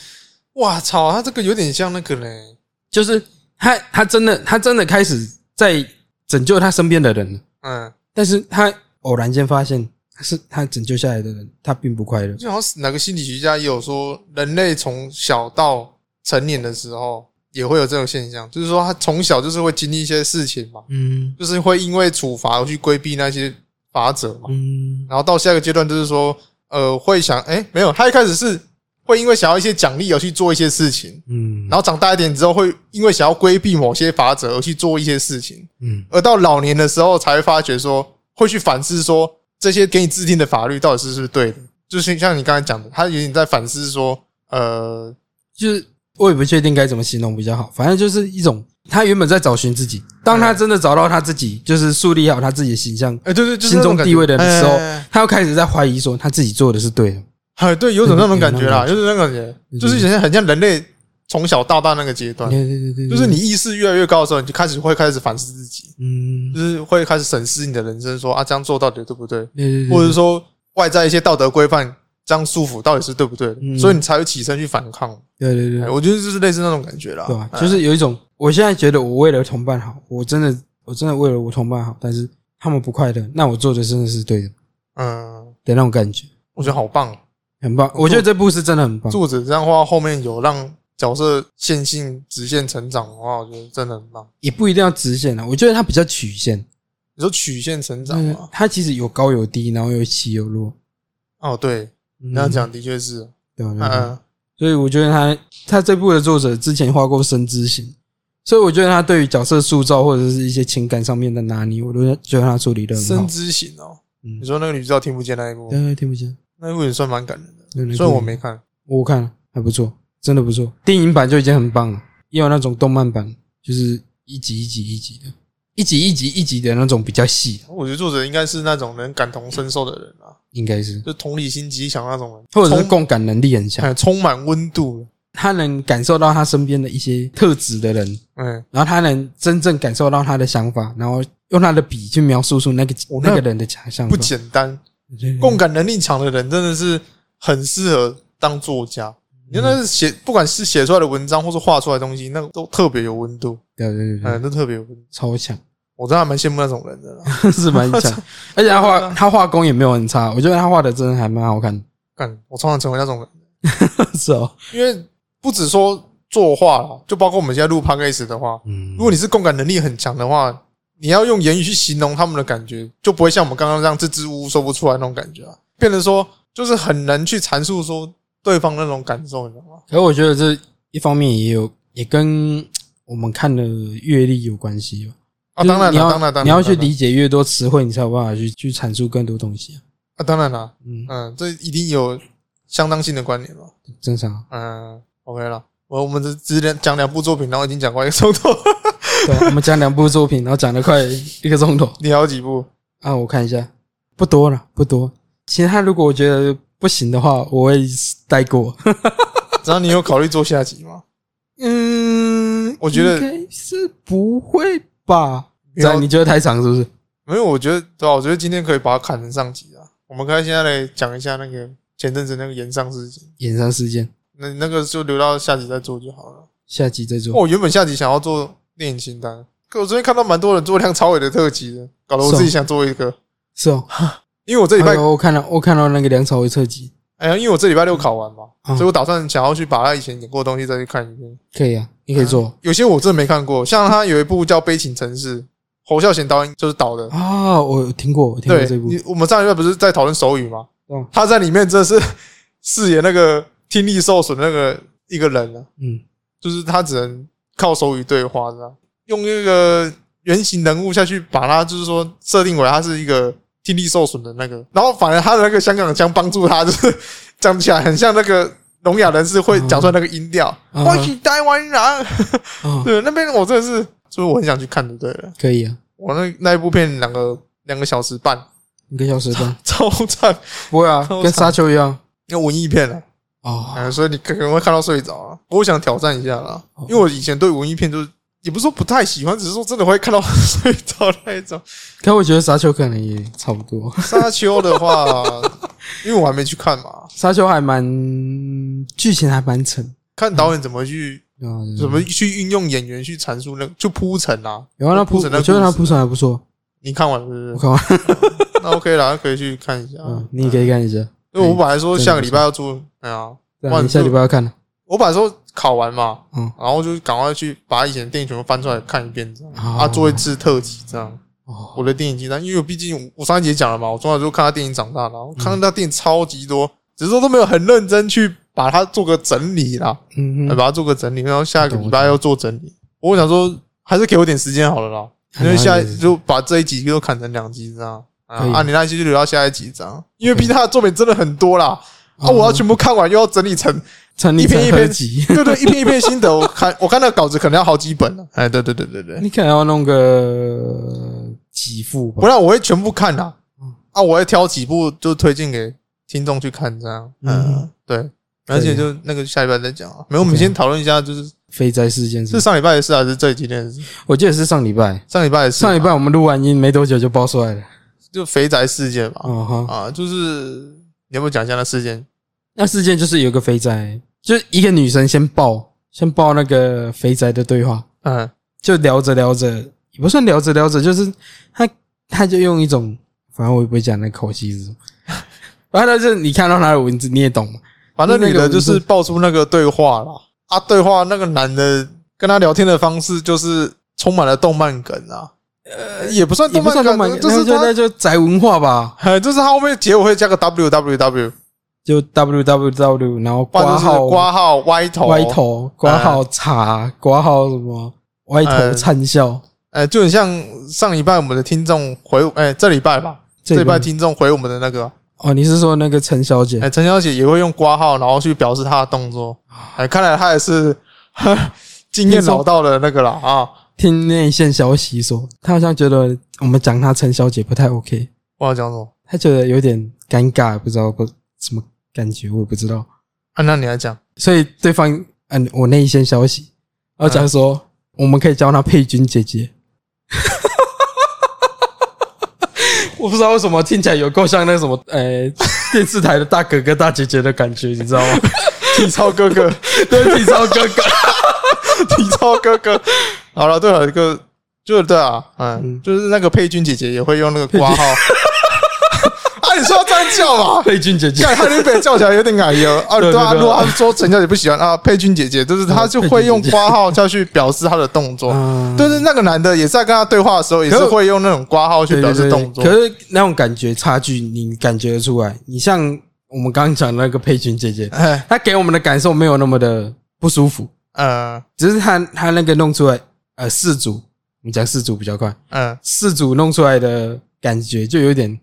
Speaker 2: 哇操，他这个有点像那个嘞，
Speaker 3: 就是他，他真的，他真的开始在拯救他身边的人了。
Speaker 2: 嗯，
Speaker 3: 但是他偶然间发现，是他拯救下来的人，他并不快乐。
Speaker 2: 就好像是哪个心理学家也有说，人类从小到成年的时候也会有这种现象，就是说他从小就是会经历一些事情嘛，
Speaker 3: 嗯
Speaker 2: 就是会因为处罚而去规避那些法则嘛，
Speaker 3: 嗯
Speaker 2: 然后到下一个阶段就是说，呃，会想，哎、没有，他一开始是会因为想要一些奖励而去做一些事情，
Speaker 3: 嗯
Speaker 2: 然后长大一点之后会因为想要规避某些法则而去做一些事情，
Speaker 3: 嗯
Speaker 2: 而到老年的时候才会发觉说，会去反思说这些给你制定的法律到底是不是对的，就是像你刚才讲的，他有点在反思说，呃，
Speaker 3: 就是我也不确定该怎么形容比较好，反正就是一种他原本在找寻自己，当他真的找到他自己，就是树立好他自己的形象，
Speaker 2: 哎、对对，就是
Speaker 3: 心
Speaker 2: 那种
Speaker 3: 中
Speaker 2: 感觉
Speaker 3: 地位的时候
Speaker 2: 哎哎哎，
Speaker 3: 他又开始在怀疑说他自己做的是对的。
Speaker 2: 哎，对，有种那种感觉啦，
Speaker 3: 嗯
Speaker 2: 就是那种感觉，嗯
Speaker 3: 嗯
Speaker 2: 就是以前很像人类从小到大那个阶段，
Speaker 3: 对对对对，
Speaker 2: 就是你意识越来越高的时候，你就开始会开始反思自己，
Speaker 3: 嗯
Speaker 2: 就，是会开始审视你的人生，说啊，这样做到底对不对，
Speaker 3: 对对对，
Speaker 2: 或者说外在一些道德规范这样束缚到底是对不对的，
Speaker 3: 嗯
Speaker 2: 所以你才会起身去反抗。
Speaker 3: 对对对
Speaker 2: 哎，我觉得就是类似那种感觉啦，
Speaker 3: 对吧？啊
Speaker 2: 哎
Speaker 3: 就是有一种，我现在觉得我为了同伴好，我真的我真的为了我同伴好，但是他们不快乐，那我做的真的是对的
Speaker 2: 嗯，
Speaker 3: 的那种感觉，
Speaker 2: 我觉得好棒，
Speaker 3: 嗯很棒。我觉得这部是真的很棒。
Speaker 2: 作者这样的话后面有让角色线性直线成长的话，我觉得真的很棒。
Speaker 3: 也不一定要直线啊，我觉得它比较曲线，
Speaker 2: 你说曲线成长啊
Speaker 3: 嗯
Speaker 2: 嘛？
Speaker 3: 它其实有高有低，然后有起有落。嗯
Speaker 2: 哦，对，
Speaker 3: 你
Speaker 2: 你这样讲的确是，
Speaker 3: 对吧？对吧
Speaker 2: 嗯，
Speaker 3: 所以我觉得他他这部的作者之前画过《深之行》，所以我觉得他对于角色塑造或者是一些情感上面的拿捏，我都觉得他处理的很
Speaker 2: 深
Speaker 3: 好。
Speaker 2: 之行哦。
Speaker 3: 嗯
Speaker 2: 你，说那个女主角听不见那一部，
Speaker 3: 对对，听不见。
Speaker 2: 那一部也算蛮感人的，
Speaker 3: 对
Speaker 2: 虽然我没，看。
Speaker 3: 我看了还不错，真的不错。电影版就已经很棒了，也有那种动漫版，就是一集一集一集的，一集一集一集的那种比较细，
Speaker 2: 我觉得作者应该是那种能感同身受的人啊，
Speaker 3: 应该是，
Speaker 2: 就同理心极强那种人，
Speaker 3: 或者是
Speaker 2: 充
Speaker 3: 共感能力很强，
Speaker 2: 哎充满温度。
Speaker 3: 他能感受到他身边的一些特质的人，
Speaker 2: 嗯，
Speaker 3: 然后他能真正感受到他的想法，然后用他的笔去描述出那个
Speaker 2: 哦那
Speaker 3: 那个人的想象。
Speaker 2: 不简单，
Speaker 3: 嗯
Speaker 2: 共感能力强的人真的是很适合当作家。
Speaker 3: 嗯
Speaker 2: 你看那是写，不管是写出来的文章，或是画出来的东西，那个都特别有温度，
Speaker 3: 对对对
Speaker 2: 哎，
Speaker 3: 对，
Speaker 2: 都特别有温度。
Speaker 3: 超强，
Speaker 2: 我真的还蛮羡慕那种人的啦。
Speaker 3: 是蛮 强，而且他
Speaker 2: 啊
Speaker 3: 画他画工也没有很差，我觉得他画的真的还蛮好看的，
Speaker 2: 干，我常常成为那种人，
Speaker 3: 是哦，
Speaker 2: 因为不只说作画啦，就包括我们现在录 podcast 的话，
Speaker 3: 嗯
Speaker 2: 如果你是共感能力很强的话，你要用言语去形容他们的感觉，就不会像我们刚刚这样支支吾吾说不出来那种感觉啊。变得说，就是很难去阐述说对方那种感受，你知道吗？
Speaker 3: 可是我觉得这一方面也有也跟我们看的阅历有关系吧。哦
Speaker 2: 啊，当然
Speaker 3: 就是
Speaker 2: 了，
Speaker 3: 你要
Speaker 2: 当然，当然，
Speaker 3: 你要
Speaker 2: 当
Speaker 3: 去
Speaker 2: 然
Speaker 3: 理解越多词汇，你才有办法去去阐述更多东西啊。
Speaker 2: 啊，当然了，
Speaker 3: 嗯，
Speaker 2: 嗯，这一定有相当性的关联嘛。
Speaker 3: 正常啊。
Speaker 2: 嗯，OK 了，我我们只只讲讲两部作品，然后已经讲过一个钟头，
Speaker 3: 对啊，我们讲两部作品，然后讲了快一个钟头
Speaker 2: 你还有几部？
Speaker 3: 啊。我看一下，不多了，不多。其他如果我觉得不行的话，我会 带过。
Speaker 2: 然后你有考虑做下集吗？
Speaker 3: 嗯，
Speaker 2: 我觉得
Speaker 3: 应该是不会吧。
Speaker 2: 不
Speaker 3: 这
Speaker 2: 要
Speaker 3: 样你觉得太长是不是？
Speaker 2: 没有，我觉得对吧、啊我觉得今天可以把它砍成上集啊。我们可以现在来讲一下那个前阵子那个延上事情，
Speaker 3: 延上事件，
Speaker 2: 那那个就留到下集再做就好了。
Speaker 3: 下集再
Speaker 2: 哦
Speaker 3: 做。
Speaker 2: 我原本下集想要做电影清单，可我昨天看到蛮多人做梁朝伟的特辑的，搞得我
Speaker 3: 是哦
Speaker 2: 自己想做一个。
Speaker 3: 是哦，
Speaker 2: 因为我这礼拜
Speaker 3: 哎，呦我看到我看到那个梁朝伟特辑，
Speaker 2: 哎呀，因为我这礼拜六考完嘛，
Speaker 3: 嗯
Speaker 2: 所以我打算想要去把他以前演过的东西再去看一遍。嗯
Speaker 3: 可以啊，你可以做。
Speaker 2: 有些我真的没看过，像他有一部叫《悲情城市》，侯孝贤导演就是导的。
Speaker 3: 啊，我有听过，我听过
Speaker 2: 对，
Speaker 3: 这部
Speaker 2: 你我们上一辈不是在讨论手语吗
Speaker 3: 嗯？
Speaker 2: 他在里面真的是饰演那个听力受损的那个一个人啊，
Speaker 3: 嗯，
Speaker 2: 就是他只能靠手语对话这样，用那个原型人物下去把他就是说设定为他是一个听力受损的那个，然后反而他的那个香港腔帮助他，就是 讲起来很像那个聋哑人士会讲出来那个音调，
Speaker 3: 嗯
Speaker 2: 我是台湾人，
Speaker 3: 啊，
Speaker 2: 对，那边我真的是，就是我很想去看的，对了，
Speaker 3: 可以啊，
Speaker 2: 我那那一部片两个两个小时半，
Speaker 3: 一个小时半，
Speaker 2: 超赞，
Speaker 3: 不会啊
Speaker 2: 超，
Speaker 3: 跟沙丘 一样
Speaker 2: 那文艺片啊，
Speaker 3: 哦，
Speaker 2: 哎，所以你可能会看到睡着啊。我想挑战一下啦，
Speaker 3: 哦
Speaker 2: 因为我以前对文艺片就是也不是说不太喜欢，只是说真的会看到睡着那一 种。
Speaker 3: 可我觉得沙丘可能也差不多，
Speaker 2: 沙丘的话，因为我还没去看嘛，
Speaker 3: 沙丘还蛮剧情还蛮沉，
Speaker 2: 看导演怎么去
Speaker 3: 啊，
Speaker 2: 怎么去运用演员去阐述那就铺陈啊。
Speaker 3: 有啊，那铺，
Speaker 2: 铺陈那
Speaker 3: 我觉得
Speaker 2: 故
Speaker 3: 那
Speaker 2: 事啊
Speaker 3: 铺陈还不错，
Speaker 2: 你看完了是不
Speaker 3: 我
Speaker 2: 是？
Speaker 3: 看完，
Speaker 2: 那 OK 啦，可以去看一下。
Speaker 3: 嗯，你也可以看一下，
Speaker 2: 因为我本来说下个礼拜要做，哎呀，
Speaker 3: 对
Speaker 2: 哇
Speaker 3: 啊，你下
Speaker 2: 就
Speaker 3: 礼拜要看了，
Speaker 2: 我本来说考完嘛，
Speaker 3: 嗯，
Speaker 2: 然后就赶快去把以前的电影全部翻出来看一遍，这样
Speaker 3: 哦
Speaker 2: 啊，做一次特辑这样。
Speaker 3: 哦，
Speaker 2: 我的电影清单，因为我毕竟我上一节讲了嘛，我从小就看他电影长大的，然后
Speaker 3: 嗯
Speaker 2: 看到他电影超级多，只是说都没有很认真去把它做个整理啦，
Speaker 3: 嗯
Speaker 2: 把
Speaker 3: 哼，
Speaker 2: 它做个整理，然后下个礼拜要做整理。我想说，还是给我点时间好了啦，因为下
Speaker 3: 很好意思
Speaker 2: 就把这一集就砍成两集这样。啊
Speaker 3: 可以，
Speaker 2: 啊你那一集就留到下一集这样，因为毕竟他的作品真的很多啦，
Speaker 3: 哦
Speaker 2: 啊，我要全部看完又要整理成，
Speaker 3: 成立
Speaker 2: 一篇
Speaker 3: 成
Speaker 2: 一
Speaker 3: 合
Speaker 2: 篇
Speaker 3: 集，
Speaker 2: 对对，一篇一篇心得，我看我看那个稿子可能要好几本了，哎，对对对对对，
Speaker 3: 你可能要弄个几副吧
Speaker 2: 不，啊然我会全部看啦
Speaker 3: 嗯。
Speaker 2: 啊，我会挑几部就推荐给听众去看，这样。嗯
Speaker 3: 嗯，
Speaker 2: 对。
Speaker 3: 可以
Speaker 2: 而且就那个下礼拜再讲啊。没有，我们
Speaker 3: OK
Speaker 2: 先讨论一下，就是
Speaker 3: 肥宅事件是
Speaker 2: 是，上礼拜的事还是这几天的事？
Speaker 3: 我记得是上礼拜，
Speaker 2: 上礼拜的事嘛，啊
Speaker 3: 上礼拜我们录完音没多久就爆出来了，
Speaker 2: 就肥宅事件吧。
Speaker 3: 哦哈。
Speaker 2: 啊，就是你要不要讲一下那事件？
Speaker 3: 那事件就是有个肥宅，就是一个女生先爆，先爆那个肥宅的对话，
Speaker 2: 嗯
Speaker 3: 就聊着聊着，也不算聊着聊着，就是他他就用一种，反正我也不会讲那口气是什么， 反正就是你看到他的文字你也懂嘛，
Speaker 2: 反正女
Speaker 3: 那个
Speaker 2: 的
Speaker 3: 文字
Speaker 2: 就是爆出那个对话啦。啊，对话那个男的跟他聊天的方式就是充满了动漫梗啊。呃，也不算
Speaker 3: 也
Speaker 2: 动
Speaker 3: 不
Speaker 2: 漫
Speaker 3: 算动漫
Speaker 2: 梗，就
Speaker 3: 梗，那
Speaker 2: 是
Speaker 3: 就那
Speaker 2: 他，
Speaker 3: 就宅文化吧，
Speaker 2: 哎就是他后面结尾会加个 W W W。
Speaker 3: 就 w w w，然后
Speaker 2: 不然
Speaker 3: 挂
Speaker 2: 就是
Speaker 3: 号
Speaker 2: 挂号哎歪头
Speaker 3: 歪，头挂号茶挂号什么歪头
Speaker 2: 嗯
Speaker 3: 灿笑，
Speaker 2: 呃，就很像上礼拜我们的听众回，哎、这礼拜吧，这礼拜
Speaker 3: 个
Speaker 2: 听众回我们的那个，
Speaker 3: 哦，你是说那个陈小姐
Speaker 2: 哎、陈小姐也会用挂号，然后去表示她的动作，哎、看来她也是 呵经验老道的那个了啊，
Speaker 3: 听内线消息说，他好像觉得我们讲他陈小姐不太 OK，
Speaker 2: 我要讲什么？
Speaker 3: 他觉得有点尴尬，不知道不什么感觉，我也不知道。
Speaker 2: 啊，那你来讲，
Speaker 3: 所以对方嗯，我内线消息，然后讲说、我们可以叫她佩君姐姐。 我不知道为什么听起来有够像那个什么呃 电视台的大哥哥大姐姐的感觉，你知道吗？
Speaker 2: 体操哥 哥，
Speaker 3: 对，体操哥哥。
Speaker 2: 体操哥哥，好了，对了，一个就是对啊，嗯
Speaker 3: 嗯，
Speaker 2: 就是那个佩君姐姐也会用那个挂 号，啊，你说要这样叫嘛？
Speaker 3: 佩君 姐姐，
Speaker 2: 干他那被叫起来有点矮油啊！
Speaker 3: 对
Speaker 2: 对啊，
Speaker 3: 对对
Speaker 2: 如果他说陈小姐不喜欢啊，佩君姐姐就是她就会用挂号下去表示她的动作。
Speaker 3: 嗯
Speaker 2: 对对，那个男的也在跟她对话的时候，也是会用那种挂号去
Speaker 3: 对
Speaker 2: 表
Speaker 3: 对
Speaker 2: 示
Speaker 3: 对，
Speaker 2: 动作
Speaker 3: 可。是那种感觉差距，你感觉得出来。你像我们刚刚讲的那个佩君姐姐，
Speaker 2: 哎，
Speaker 3: 她给我们的感受没有那么的不舒服，
Speaker 2: 嗯
Speaker 3: 只是她她那个弄出来，呃，四组，我们讲四组比较快，
Speaker 2: 嗯
Speaker 3: 四组弄出来的感觉就有点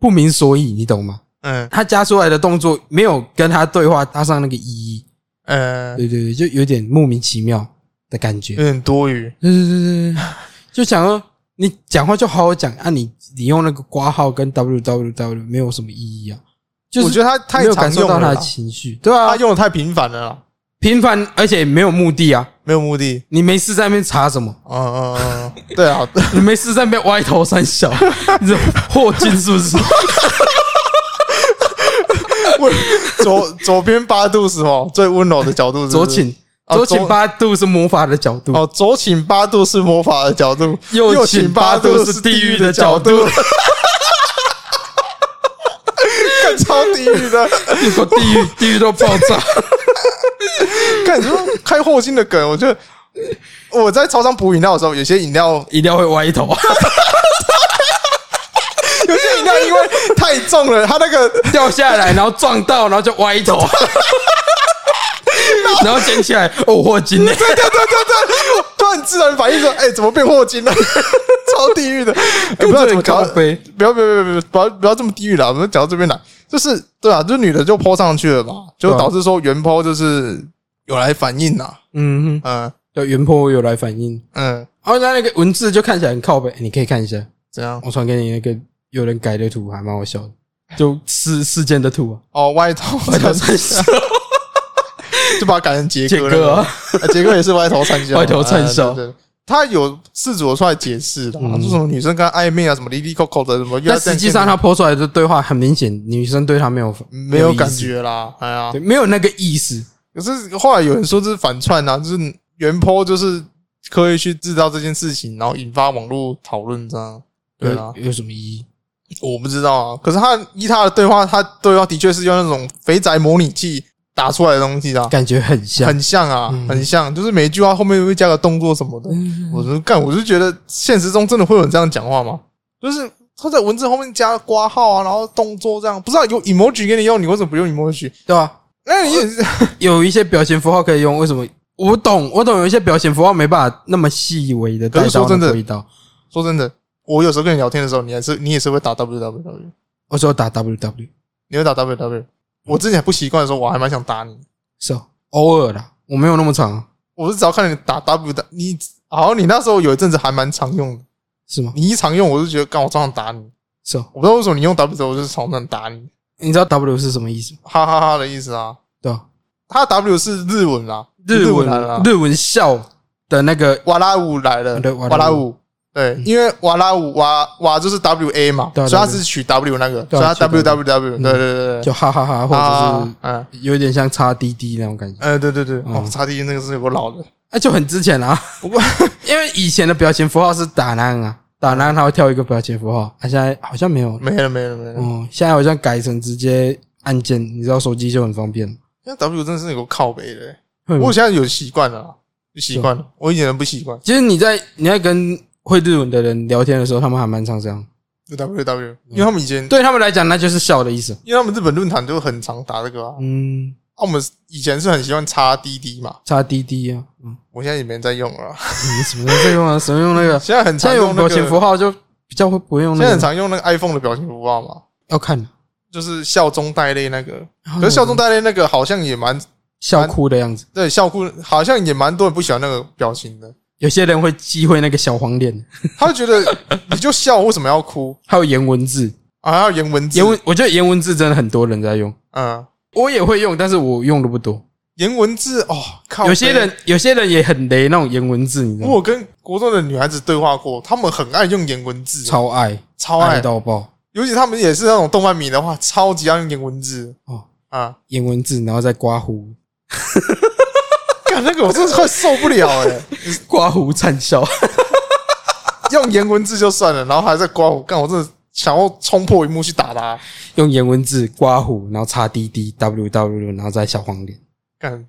Speaker 3: 不明所以，你懂吗？
Speaker 2: 嗯
Speaker 3: 她加出来的动作没有跟她对话搭上那个意义，
Speaker 2: 嗯，
Speaker 3: 对对对，就有点莫名其妙的感觉
Speaker 2: 有。点多余。
Speaker 3: 对对对对对，就想说你讲话就好好讲啊你，你用那个挂号跟 w w w 没有什么意义啊，就是
Speaker 2: 我觉得他
Speaker 3: 没
Speaker 2: 太
Speaker 3: 有
Speaker 2: 常
Speaker 3: 感受
Speaker 2: 用
Speaker 3: 到
Speaker 2: 了
Speaker 3: 他的
Speaker 2: 啦，
Speaker 3: 情绪，对啊
Speaker 2: 他，用的太频繁了啦，
Speaker 3: 频繁而且没有目的啊，
Speaker 2: 没有目的。
Speaker 3: 你没事在那边查什么？
Speaker 2: 嗯嗯嗯嗯，对啊，
Speaker 3: 你没事在那边歪头三小， 你这霍金是不是？
Speaker 2: 我左左边八度是哦，最温柔的角度是不是
Speaker 3: 左倾，
Speaker 2: 哦
Speaker 3: 左倾
Speaker 2: 左
Speaker 3: 八度是魔法的角度，
Speaker 2: 哦，左倾八度是魔法的角度，
Speaker 3: 右倾
Speaker 2: 倾
Speaker 3: 八度
Speaker 2: 度
Speaker 3: 是地
Speaker 2: 地
Speaker 3: 狱
Speaker 2: 狱
Speaker 3: 的角
Speaker 2: 角
Speaker 3: 度，
Speaker 2: 看超地狱的，
Speaker 3: 结果地 狱地狱都爆炸。
Speaker 2: 看你说开霍金的梗，我觉得我在超商补饮料的时候，有些饮料
Speaker 3: 一定要会歪头，
Speaker 2: 有些饮料因为太重了，它那个
Speaker 3: 掉下来，然后撞到，然后就歪头， 然后捡起来，哦，霍金呢？
Speaker 2: 对对对对对，突然自然反应说：“哎、怎么变霍金了？” 超地狱的，哎不知道怎么讲
Speaker 3: 高。飞，
Speaker 2: 不要不要不要不要不要不要这么地狱了，我们讲到这边来，就是对啊，就是女的就泼上去了嘛，就导致说原泼就是有来反应啦，
Speaker 3: 嗯，
Speaker 2: 嗯
Speaker 3: 叫原坡有来反应。
Speaker 2: 嗯，
Speaker 3: 哦，那那个文字就看起来很靠北，你可以看一下，
Speaker 2: 怎样？
Speaker 3: 我传给你那个有人改的图，还蛮好笑的，就事事件的 图啊，
Speaker 2: 哦，歪头
Speaker 3: 外头参笑，
Speaker 2: 就把它改成杰
Speaker 3: 杰
Speaker 2: 哥
Speaker 3: 哥
Speaker 2: 了
Speaker 3: 啊，，
Speaker 2: 啊杰哥也是歪头参笑，
Speaker 3: 歪头灿笑
Speaker 2: 啊对对他有事主出来解释的，
Speaker 3: 嗯
Speaker 2: 说什么女生跟他暧昧啊，什么离离扣扣的，什么。
Speaker 3: 但实际上他泼出来的对话很明显，女生对他没有
Speaker 2: 没有感
Speaker 3: 意思，
Speaker 2: 觉啦，哎呀，
Speaker 3: 对，没有那个意思，
Speaker 2: 可是后来有人说这是反串啊，就是原 po 就是刻意去制造这件事情，然后引发网络讨论这样。对啊，
Speaker 3: 有有什么意义？
Speaker 2: 我不知道啊。可是他依他的对话，他对话的确是用那种肥宅模拟器打出来的东西啊，
Speaker 3: 感觉很像，
Speaker 2: 很像啊，
Speaker 3: 嗯
Speaker 2: 很像，就是每一句话后面会加个动作什么的。我就干，我就觉得现实中真的会有人这样讲话吗？就是他在文字后面加挂号啊，然后动作这样，不是、啊、有 emoji 给你用，你为什么不用 emoji？
Speaker 3: 对吧？
Speaker 2: 那你也是
Speaker 3: 有一些表情符号可以用，为什么？我懂，我懂，有一些表情符号没办法那么细微的
Speaker 2: 可
Speaker 3: 带
Speaker 2: 是说
Speaker 3: 到
Speaker 2: 真的
Speaker 3: 那个味道。
Speaker 2: 说真的，我有时候跟你聊天的时候，你还是你也是会打 W W W，
Speaker 3: 我说打 W W
Speaker 2: 你会打 W W。我
Speaker 3: 嗯
Speaker 2: 之前还不习惯的时候，我还蛮想打你。
Speaker 3: 是哦，偶尔啦，我没有那么长啊，
Speaker 2: 我是只要看你打 W W，你好，你那时候有一阵子还蛮常用的。
Speaker 3: 是吗？
Speaker 2: 你一常用，我就觉得干，我超想打你。
Speaker 3: 是哦，
Speaker 2: 我不知道为什么你用 W W，我就是超想打你，
Speaker 3: 你知道 W 是什么意思吗？
Speaker 2: 哈哈哈的意思啊。
Speaker 3: 对吧？
Speaker 2: 他 W 是日文啦，
Speaker 3: 日
Speaker 2: 文
Speaker 3: 文
Speaker 2: 来啦，
Speaker 3: 日文笑的那个
Speaker 2: 瓦拉舞来了，
Speaker 3: 对
Speaker 2: 瓦
Speaker 3: 瓦
Speaker 2: 拉
Speaker 3: 拉嗯
Speaker 2: 舞。对，因为瓦拉舞瓦瓦就是 W A 嘛，
Speaker 3: 对
Speaker 2: 所
Speaker 3: 啊
Speaker 2: 以他只取 W 那个，所
Speaker 3: 对
Speaker 2: 以
Speaker 3: 啊
Speaker 2: 他 W W W。
Speaker 3: 嗯
Speaker 2: 对对对对，
Speaker 3: 就哈哈哈，或者
Speaker 2: 啊嗯
Speaker 3: 是有点像叉滴滴那种感觉，
Speaker 2: 呃对对对，哦，
Speaker 3: 嗯
Speaker 2: 差地那个是有个老的，
Speaker 3: 那啊就很之前啦。
Speaker 2: 不过
Speaker 3: 因为以前的表情符号是打烂啊，打烂它会跳一个表情符号，啊，现在好像没有，
Speaker 2: 没了没了没了。
Speaker 3: 嗯，现在好像改成直接按键，你知道手机就很方便。
Speaker 2: 现在 W 真的是有个靠背的、欸，
Speaker 3: 会吗
Speaker 2: 我现在有习惯了啦，有习惯了，我以前不习惯。
Speaker 3: 其实你在你在跟会日文的人聊天的时候，他们还蛮常这样，
Speaker 2: 就 W W，因
Speaker 3: 嗯
Speaker 2: 为他们以前，
Speaker 3: 对他们来讲那就是笑的意思。
Speaker 2: 因为他们日本论坛就很常打这个啊。
Speaker 3: 嗯，
Speaker 2: 啊，我们以前是很喜欢插滴滴嘛，
Speaker 3: 叉滴滴啊，嗯，
Speaker 2: 我现在也没人在用 了啦，
Speaker 3: 你什么时候在用啊？什么用那个？
Speaker 2: 现在很
Speaker 3: 现
Speaker 2: 常
Speaker 3: 在有
Speaker 2: 用那
Speaker 3: 表
Speaker 2: 个，
Speaker 3: 情符
Speaker 2: 现
Speaker 3: 号就比较会不用
Speaker 2: 在
Speaker 3: 那
Speaker 2: 很
Speaker 3: 个，
Speaker 2: 常用那个 iPhone 的表情符号嘛，
Speaker 3: 要看。
Speaker 2: 就是笑中带泪那个。可
Speaker 3: 可
Speaker 2: 是笑中带泪那个好像也蛮
Speaker 3: 笑哭的样子，
Speaker 2: 对，笑哭好像也蛮多人不喜欢那个表情的，
Speaker 3: 有些人会忌讳那个小黄脸，
Speaker 2: 他会觉 得你就笑为什么要哭
Speaker 3: 还有颜文字，
Speaker 2: 啊？还要言文字
Speaker 3: 颜，文我觉得颜文字真的很多人在用，
Speaker 2: 嗯，
Speaker 3: 我也会用，但是我用的不多。
Speaker 2: 言文字哦，靠背，
Speaker 3: 有些人有些人也很雷那种颜文字，你知道吗？
Speaker 2: 我跟国中的女孩子对话过，她们很爱用颜文字，
Speaker 3: 超爱，
Speaker 2: 超爱，
Speaker 3: 到爆
Speaker 2: 尤其她们也是那种动漫迷的话，超级爱用颜文字
Speaker 3: 哦，
Speaker 2: 啊！
Speaker 3: 颜文字，然后再刮胡，
Speaker 2: 干那个我真的快受不了哎、
Speaker 3: 刮胡灿笑。
Speaker 2: 用颜文字就算了，然后还在刮我，干我真的想要冲破荧幕去打他，
Speaker 3: 用颜文字刮胡，然后叉 D D W W，然后再小黄脸。
Speaker 2: 干。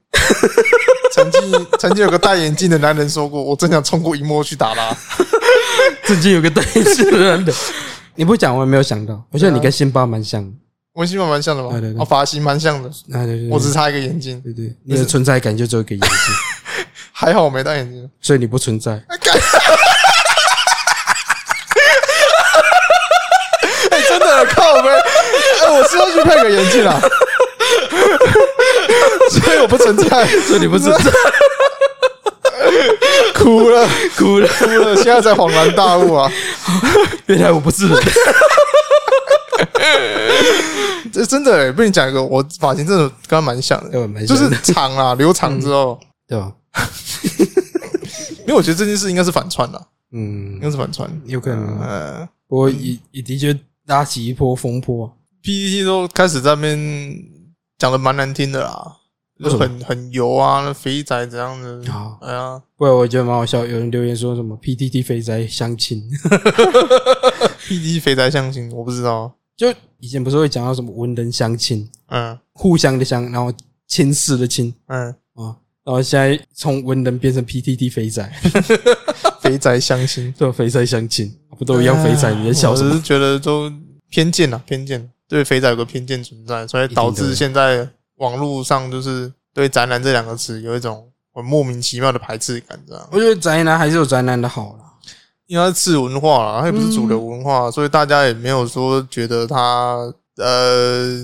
Speaker 2: 曾经曾经有个戴眼镜的男人说过，我真想冲过荧幕去打他。
Speaker 3: 最近有个对视人的， 你不讲我也没有想到，我觉得你跟辛巴蛮像的。
Speaker 2: 文心蛮蛮像的吗？
Speaker 3: 对对对
Speaker 2: 哦，发型蛮像的，
Speaker 3: 啊，对对对，
Speaker 2: 我只差一个眼睛，
Speaker 3: 对对，你的存在感就只有一个眼 睛，
Speaker 2: 还好我没戴眼镜。
Speaker 3: 所以你不存在。
Speaker 2: 哎干哎，真的靠呗！哎，我是要去配个眼镜啊，所以我不存在，
Speaker 3: 所以你不存在，
Speaker 2: 哭了
Speaker 3: 哭了，
Speaker 2: 哭了，现在才恍然大悟啊！
Speaker 3: 原来我不是人。
Speaker 2: 这真的、欸，被你讲一个，我发型真的跟他蛮像的，
Speaker 3: 对蛮
Speaker 2: 就
Speaker 3: 像
Speaker 2: 是
Speaker 3: 的
Speaker 2: 长啊，留长之后，
Speaker 3: 对吧？
Speaker 2: 因为我觉得这件事应该是反串的，应
Speaker 3: 嗯，
Speaker 2: 该是反串。
Speaker 3: 有可能啊。
Speaker 2: 呃
Speaker 3: 不过也也的确拉起一波风波啊。
Speaker 2: ，PPT 都开始在那边讲的蛮难听的啦，就
Speaker 3: 为什么
Speaker 2: 很很油啊，那肥仔怎样的
Speaker 3: 哦，
Speaker 2: 哎呀，
Speaker 3: 不然我觉得蛮好笑，有人留言说什么 PTT 肥宅相亲，
Speaker 2: PPT 肥仔相亲，我不知道，
Speaker 3: 就以前不是会讲到什么文人相亲，
Speaker 2: 嗯
Speaker 3: 互相的相，然后亲视的亲
Speaker 2: 嗯，
Speaker 3: 啊，然后现在从文人变成 PTT 肥 仔，
Speaker 2: 肥宅相亲，
Speaker 3: 对肥仔相亲，啊不都一样肥仔？你在笑什
Speaker 2: 我只
Speaker 3: 么？
Speaker 2: 是觉得都偏见啊，偏见对肥宅有个偏见存在，所以导
Speaker 3: 一定
Speaker 2: 致
Speaker 3: 的
Speaker 2: 现在网络上就是对“宅男”这两个词有一种很莫名其妙的排斥感，这样。
Speaker 3: 我觉得宅男还是有宅男的好啦。
Speaker 2: 因为它是次文化啦，它也不是主流
Speaker 3: 嗯
Speaker 2: 文化，所以大家也没有说觉得它呃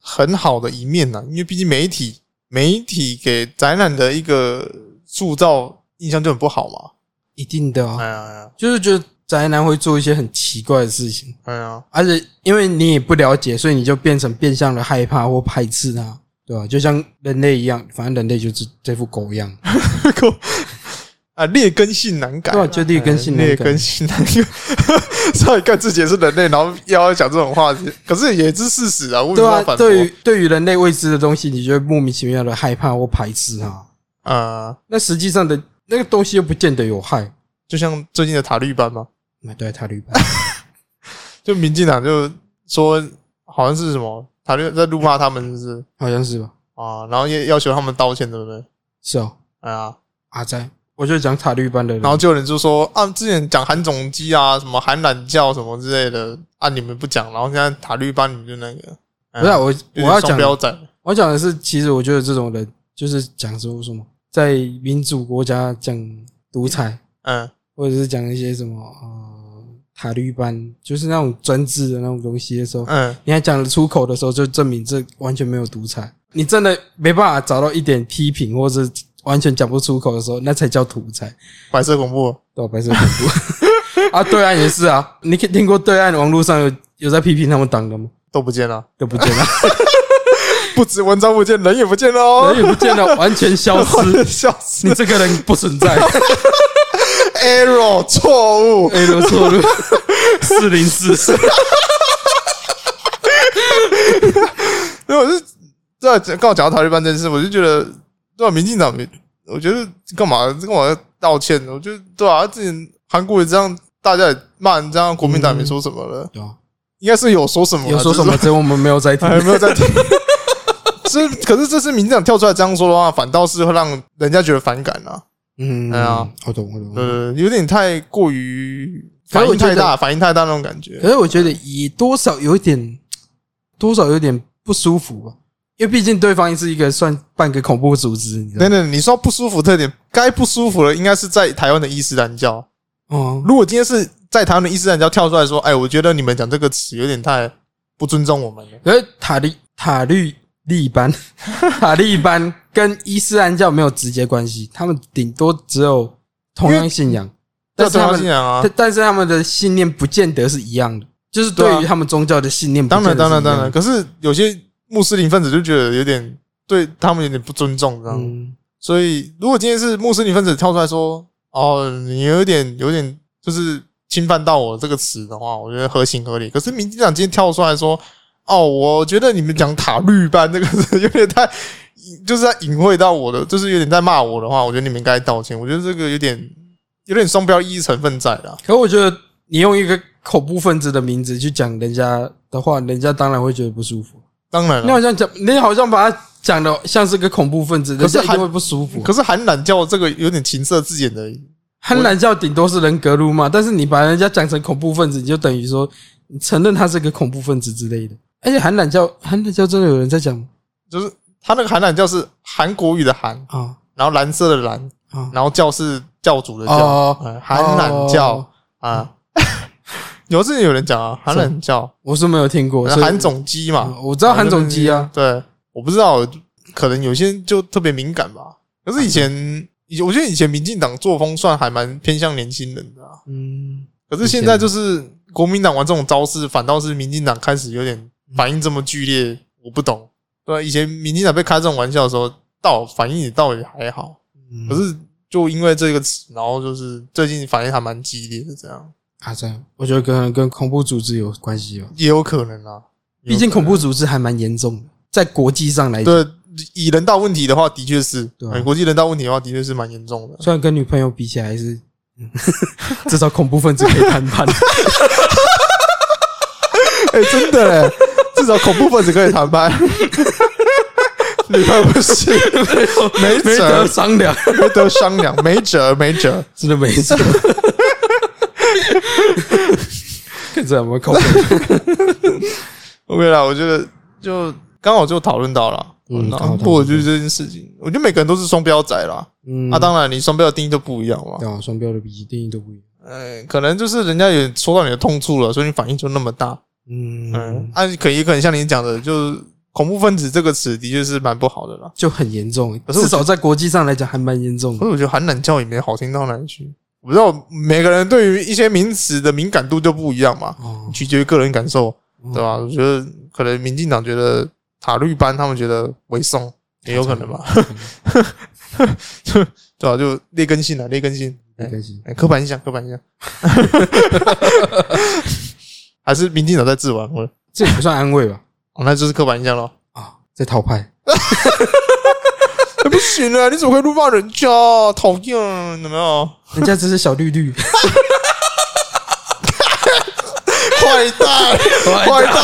Speaker 2: 很好的一面呐。因为毕竟媒体媒体给宅男的一个塑造印象就很不好嘛。
Speaker 3: 一定的啊，
Speaker 2: 哎呀哎呀
Speaker 3: 就是觉得宅男会做一些很奇怪的事情，
Speaker 2: 哎呀，
Speaker 3: 而且因为你也不了解，所以你就变成变相的害怕或排斥他，对吧、就像人类一样，反正人类就是这副 狗样，
Speaker 2: 啊，劣根性难改
Speaker 3: 对
Speaker 2: 啦。
Speaker 3: 吧、就劣根性难
Speaker 2: 劣
Speaker 3: 改
Speaker 2: 根。性难改， 上一看自己也是人类，然后要讲这种话，可是也是事实啊。我
Speaker 3: 对
Speaker 2: 没
Speaker 3: 啊
Speaker 2: 办法，反驳
Speaker 3: 对于对于人类未知的东西，你就会莫名其妙的害怕或排斥它。
Speaker 2: 呃，
Speaker 3: 那实际上的那个东西又不见得有害。
Speaker 2: 就像最近的塔利班嘛，
Speaker 3: 那对塔利班，
Speaker 2: 就民进党就说好像是什么塔利在辱骂他们，是不是
Speaker 3: 好像是吧？
Speaker 2: 啊？然后也要求他们道歉，对不对？
Speaker 3: 是哦，
Speaker 2: 哎呀，
Speaker 3: 阿在，我就讲塔利班的人，
Speaker 2: 然后就有人就说啊，之前讲韩总机啊，什么韩懒教什么之类的啊，你们不讲，然后现在塔利班你们就那个，哎
Speaker 3: 不是啊、我
Speaker 2: 有
Speaker 3: 我
Speaker 2: 点
Speaker 3: 要
Speaker 2: 双
Speaker 3: 讲
Speaker 2: 标仔，
Speaker 3: 我讲的是，其实我觉得这种人就是讲什么什么，在民主国家讲独裁，
Speaker 2: 嗯
Speaker 3: 或者是讲一些什么呃塔利班，就是那种专制的那种东西的时候，
Speaker 2: 嗯，
Speaker 3: 你还讲得出口的时候，就证明这完全没有独裁。你真的没办法找到一点批评，或者是完全讲不出口的时候，那才叫独裁，
Speaker 2: 白色恐怖，
Speaker 3: 对吧？白色恐怖 啊，对岸也是啊，你可以听过对岸网络上有有在批评他们党的吗？
Speaker 2: 都不见了，
Speaker 3: 都不见 了，
Speaker 2: 不止文章不见，人也不见了哦，
Speaker 3: 人也不见了，完全消 失。
Speaker 2: 笑死
Speaker 3: 你这个人不存在
Speaker 2: ！error 错误，
Speaker 3: ，A 罗错路四零四，
Speaker 2: 因为我是对啊刚好讲到塔利班这件事，我就觉得对啊，民进党，我觉得干嘛干嘛要道歉？我觉得对啊，之前韩国也这样，大家也骂人这样，国民党也没说什么了，
Speaker 3: 对啊
Speaker 2: 应该是有说什么啦，
Speaker 3: 有说什么？这我们没有在听
Speaker 2: 只是说？， 还有没有在听？ 是，可是这次民进党跳出来这样说的话，反倒是会让人家觉得反感啊。
Speaker 3: 嗯，
Speaker 2: 哎呀，
Speaker 3: 我懂，我懂。我懂
Speaker 2: 呃，有点太过于
Speaker 3: 嗯可
Speaker 2: 反
Speaker 3: 是我
Speaker 2: 应
Speaker 3: 觉得
Speaker 2: 太大，反应太大那种感觉。
Speaker 3: 可是我觉得也多少有一点，多少有点不舒服吧，因为毕竟对方是一个算半个恐怖组织，你知道
Speaker 2: 等
Speaker 3: 吗？
Speaker 2: 等，你说不舒服特点，该不舒服的应该是在台湾的伊斯兰教。
Speaker 3: 哦，
Speaker 2: 如果今天是在台湾的伊斯兰教跳出来说，哎，我觉得你们讲这个词有点太不尊重我们了。
Speaker 3: 可是塔利塔利 利班塔利班跟伊斯兰教没有直接关系，他们顶多只有同样信仰，但是
Speaker 2: 这
Speaker 3: 他
Speaker 2: 样
Speaker 3: 们
Speaker 2: 信仰啊
Speaker 3: 但，但是他们的信念不见得是一样的，就是对
Speaker 2: 对
Speaker 3: 于
Speaker 2: 啊
Speaker 3: 他们宗教的信念不
Speaker 2: 当
Speaker 3: 见得
Speaker 2: 然
Speaker 3: 是一样
Speaker 2: 当
Speaker 3: 的，
Speaker 2: 然当然。可是有些穆斯林分子就觉得有点对他们有点不尊重，这样。
Speaker 3: 嗯，
Speaker 2: 所以如果今天是穆斯林分子跳出来说，哦，你有点有点就是侵犯到我这个词的话，我觉得合情合理。可是民进党今天跳出来说，哦，我觉得你们讲塔绿班这个 词有点太，就是在隐晦到我的，就是有点在骂我的话，我觉得你们应该道歉。我觉得这个有点有点双标意义成分在啦。
Speaker 3: 可我觉得你用一个恐怖分子的名字去讲人家的话，人家当然会觉得不舒服。
Speaker 2: 当然
Speaker 3: 你
Speaker 2: 了，
Speaker 3: 好像讲，你好像把他讲的像是个恐怖分子，
Speaker 2: 可
Speaker 3: 人
Speaker 2: 是
Speaker 3: 家一定
Speaker 2: 还
Speaker 3: 会不舒服。
Speaker 2: 可是韩懒教这个有点情色字眼的，
Speaker 3: 憨懒教顶多是人格辱骂，但是你把人家讲成恐怖分子，你就等于说你承认他是个恐怖分子之类的。而且韩懒教，韩懒教真的有人在讲吗？
Speaker 2: 就是他那个韩懒教是韩国语的韩，
Speaker 3: 啊
Speaker 2: 然后蓝色的蓝，
Speaker 3: 啊
Speaker 2: 然后教是教主的教。
Speaker 3: 哦，
Speaker 2: 呃韩懒教
Speaker 3: 哦
Speaker 2: 啊， 有之前有人讲啊，韩懒教，
Speaker 3: 我是没有听过。所以
Speaker 2: 韩总机嘛，
Speaker 3: 嗯我知道韩总机啊，
Speaker 2: 对，我不知道，可能有些人就特别敏感吧。可是以前，以我觉得以前民进党作风算还蛮偏向年轻人的、啊，
Speaker 3: 嗯，
Speaker 2: 可是现在就是国民党玩这种招式，反倒是民进党开始有点反应这么剧烈，我不懂。对啊，以前民进党被开这种玩笑的时候，倒反应也倒也还好，可
Speaker 3: 嗯
Speaker 2: 是就因为这个词，然后就是最近反应还蛮激烈的这样。
Speaker 3: 啊，这样我觉得跟跟恐怖组织有关系吧。
Speaker 2: 也有可能啊，
Speaker 3: 毕竟恐怖组织还蛮严重的，在国际上来讲，
Speaker 2: 对以人道问题的话，的确是，
Speaker 3: 对啊
Speaker 2: 哎国际人道问题的话，的确是蛮严重 的。
Speaker 3: 虽然跟女朋友比起来还是，嗯 至少恐怖分子可以谈 判。欸
Speaker 2: 哎、真的嘞，至少恐怖分子可以谈判。礼拜五是没
Speaker 3: 没
Speaker 2: 辙
Speaker 3: 得商量，
Speaker 2: 没得商量，没辙没辙。
Speaker 3: 真的没辙。 看这有没有 口
Speaker 2: OK 啦，我觉得就刚好就讨论到了，
Speaker 3: 嗯
Speaker 2: 然
Speaker 3: 刚
Speaker 2: 后
Speaker 3: 好讨论到
Speaker 2: 过去这件事情，我觉得每个人都是双标仔啦。
Speaker 3: 嗯
Speaker 2: 啊，当然你双标的定义都不一样嘛
Speaker 3: 对。啊，双标的笔记定义都不一样。
Speaker 2: 嗯，可能就是人家也说到你的痛处了，所以你反应就那么大。嗯
Speaker 3: 嗯，，
Speaker 2: 啊，可也可能像你讲的，就是恐怖分子这个词的确是蛮不好的啦。
Speaker 3: 就很严重，
Speaker 2: 是我
Speaker 3: 至少在国际上来讲还蛮严重
Speaker 2: 可
Speaker 3: 的。
Speaker 2: 是我觉得韩冷教也没好听到哪里去。我不知道每个人对于一些名词的敏感度就不一样嘛，
Speaker 3: 哦，
Speaker 2: 取决于个人感受，
Speaker 3: 嗯
Speaker 2: 对吧？我觉得可能民进党觉得塔绿班他们觉得为松也有可能吧，
Speaker 3: 哦
Speaker 2: 对吧？就劣根性啊，劣根性，
Speaker 3: 没关系，
Speaker 2: 哎，刻板印象，刻板印象， 还是民进党在自玩我
Speaker 3: 这也不算安慰吧？
Speaker 2: 哦，那就是刻板印象咯。
Speaker 3: 啊，在套牌，
Speaker 2: 哎不行啊，你怎么会辱骂人家？啊讨厌，有没有？
Speaker 3: 人家只是小绿绿，
Speaker 2: 坏蛋，坏蛋！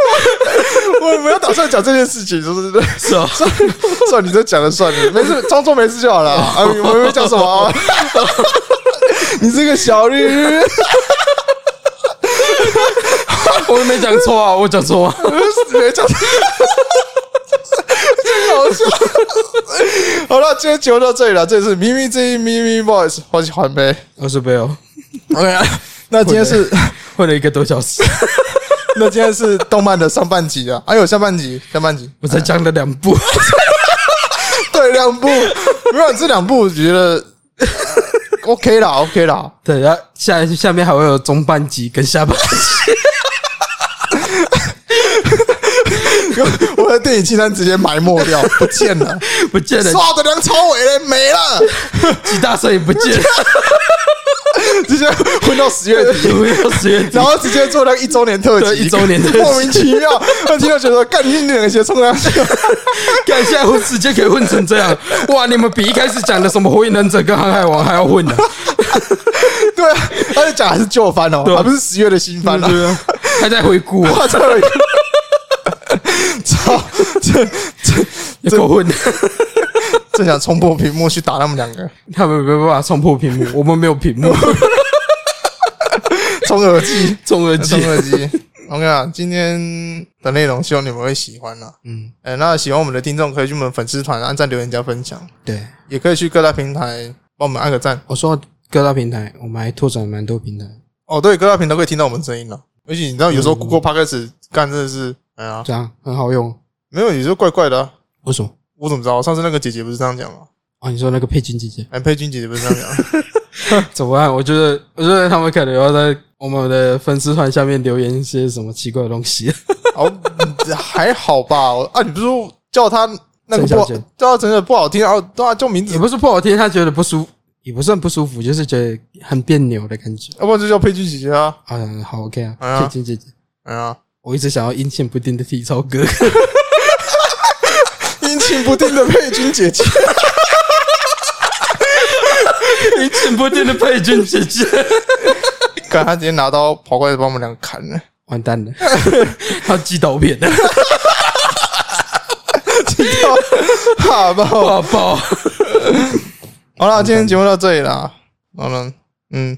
Speaker 2: 我我没有打算讲这件事情，是不是？
Speaker 3: 是啊吧？
Speaker 2: 算你这讲了算了，没事，装作没事就好了。啊，我没有讲什么啊。你这个小绿，
Speaker 3: 我没讲错啊，我讲错啊，
Speaker 2: 没讲。真好笑。好了，今天节目到这里了，这里是咪咪之音咪咪 boys，我是环呗。
Speaker 3: 我是贝 欧，
Speaker 2: OK，那
Speaker 3: 啊
Speaker 2: 今天是。
Speaker 3: 混了一个多小时，
Speaker 2: 那今天是动漫的上半集啊，还有下半集，下半集
Speaker 3: 我才讲了两部，
Speaker 2: 对两 部，没有这两部，我觉得 OK 啦，OK 啦，
Speaker 3: 对，然后下下面还会有中半集跟下半集，
Speaker 2: 我的电影清单直接埋没掉， 不见了，
Speaker 3: 不见了，
Speaker 2: 唰的梁朝伟嘞没了，
Speaker 3: 吉大声也不见了，
Speaker 2: 直接混到十月 底。
Speaker 3: 有没有十月底
Speaker 2: 然？后直接做那个一周年特
Speaker 3: 对
Speaker 2: 辑，
Speaker 3: 一周年特辑
Speaker 2: 莫名其妙，我听到觉得干你两个鞋 冲上去，
Speaker 3: 看现在混时间可以混成这样， 哇！你们比一开始讲的什么《火影忍者》跟《航海王》还要混啊呢、
Speaker 2: 对啊，而且讲还是旧番哦，
Speaker 3: 对啊
Speaker 2: 还不是十月的新番啊，
Speaker 3: 对啊，还在回 顾、 啊，
Speaker 2: 我操，操，这这
Speaker 3: 也够混的。
Speaker 2: 正想冲破屏幕去打他们两个，
Speaker 3: 他们没办法冲破屏幕， 我们没有屏幕，
Speaker 2: 冲耳机，
Speaker 3: 中耳机
Speaker 2: 冲。耳机。OK 啊，今天的内容希望你们会喜欢啦。
Speaker 3: 嗯，
Speaker 2: 哎、那喜欢我们的听众可以去我们粉丝团按赞、留言、加分享，
Speaker 3: 对。
Speaker 2: 也可以去各大平台帮我们按个赞。
Speaker 3: 我说到各大平台，我们还拓展蛮多平台。哦
Speaker 2: 哦，对，各大平台可以听到我们声音了。而且你知道，有时候
Speaker 3: 嗯
Speaker 2: Google Podcast 干真的是，哎呀，
Speaker 3: 这样很好用。
Speaker 2: 没有，有时候怪怪的啊、
Speaker 3: 为什么？
Speaker 2: 我怎么知道？上次那个姐姐不是这样讲吗？
Speaker 3: 哦，你说那个佩君姐姐
Speaker 2: 哎，佩君姐姐不是这样 讲？
Speaker 3: 怎么办？我觉得，我觉得他们可能要在我们的粉丝团下面留言一些什么奇怪的东 西。
Speaker 2: 哦，嗯还好吧。我啊，你不是说叫她那个不
Speaker 3: 陈小
Speaker 2: 好
Speaker 3: 姐
Speaker 2: 叫她真的不好听，然后对啊，叫名字
Speaker 3: 也不是不好听，他觉得不舒服，也不算不舒服，就是觉得很别扭的感觉。
Speaker 2: 要不然就叫佩君姐姐啊。
Speaker 3: 啊，好 OK 啊，
Speaker 2: 哎呀
Speaker 3: 佩君姐姐，
Speaker 2: 哎呀，
Speaker 3: 我一直想要阴晴不定的体操哥，
Speaker 2: 阴晴不定的佩君姐姐，
Speaker 3: 阴晴不定的佩君姐姐，
Speaker 2: 看她直接拿刀跑过来把我们两个砍了，
Speaker 3: 完蛋了， 他寄刀 片了，
Speaker 2: 怕爆！
Speaker 3: 爆啊爆。
Speaker 2: 好了，今天节目到这里啦。好了，嗯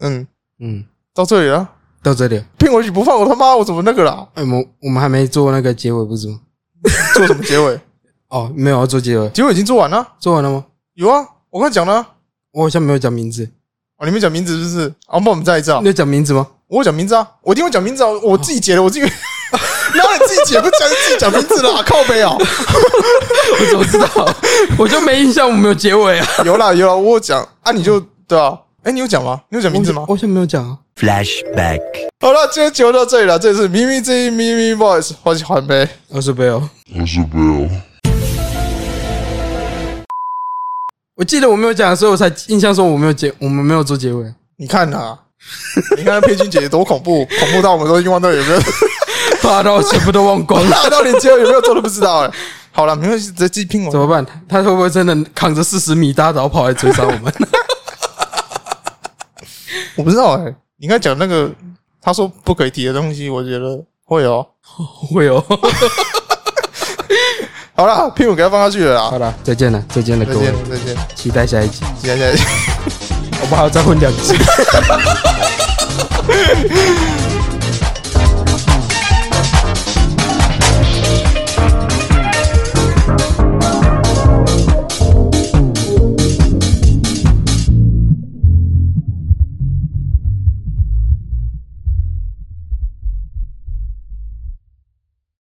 Speaker 2: 嗯，
Speaker 3: 嗯，
Speaker 2: 到这里了。
Speaker 3: 到这里了，
Speaker 2: 骗我一不放，我他妈我怎么那个啦？
Speaker 3: 哎我们我们还没做那个结尾不是吗？
Speaker 2: 做什么结尾？
Speaker 3: 哦，没有要做结尾，
Speaker 2: 结尾已经做完了。
Speaker 3: 做完了吗？
Speaker 2: 有啊，我刚才讲了啊。
Speaker 3: 我好像没有讲名字，
Speaker 2: 哦，你没讲名字是不是？啊，帮我们再一次啊
Speaker 3: 你。有讲名字吗？
Speaker 2: 我有讲名字啊，我一定会讲名字啊。我自己解的，我自己。然后你自己解不讲，自己讲名字啦，靠背哦。
Speaker 3: 我怎么知道？我就没印象，我没有结尾啊。
Speaker 2: 有啦有啦，我有讲啊，你就对啊。哎，你有讲吗？你有讲 名字吗
Speaker 3: 我？我好像没有讲啊。
Speaker 1: Flashback.
Speaker 2: 好了，今天节目到这里了，这里是咪咪之音咪咪 boys，欢喜环呗。
Speaker 3: 我是贝
Speaker 2: 哦
Speaker 3: 欧，
Speaker 1: Isabel.
Speaker 3: 我记得我没有讲，所以我才印象说我没有结，我们没有做结尾。
Speaker 2: 你看呐、 你看佩君姐姐多恐怖，恐怖到我们都已经忘掉有没有，
Speaker 3: 怕到全部都忘光 了，
Speaker 2: 大到连结尾有没有做都不知道哎、好了，没关系，直接记拼
Speaker 3: 怎
Speaker 2: 我。
Speaker 3: 么办？他会不会真的扛着四十米大刀跑来追杀 我们？
Speaker 2: 我不知道哎、你刚才讲那个他说不可以提的东西，我觉得会哦。
Speaker 3: 会哦。
Speaker 2: 好啦，屁股给他放下去了啦
Speaker 3: 好。了，再见了，再见了，
Speaker 2: 再
Speaker 3: 各位
Speaker 2: 见，，再见，
Speaker 3: 期待下一集，
Speaker 2: 期待下一集。
Speaker 3: 我不好再混两集。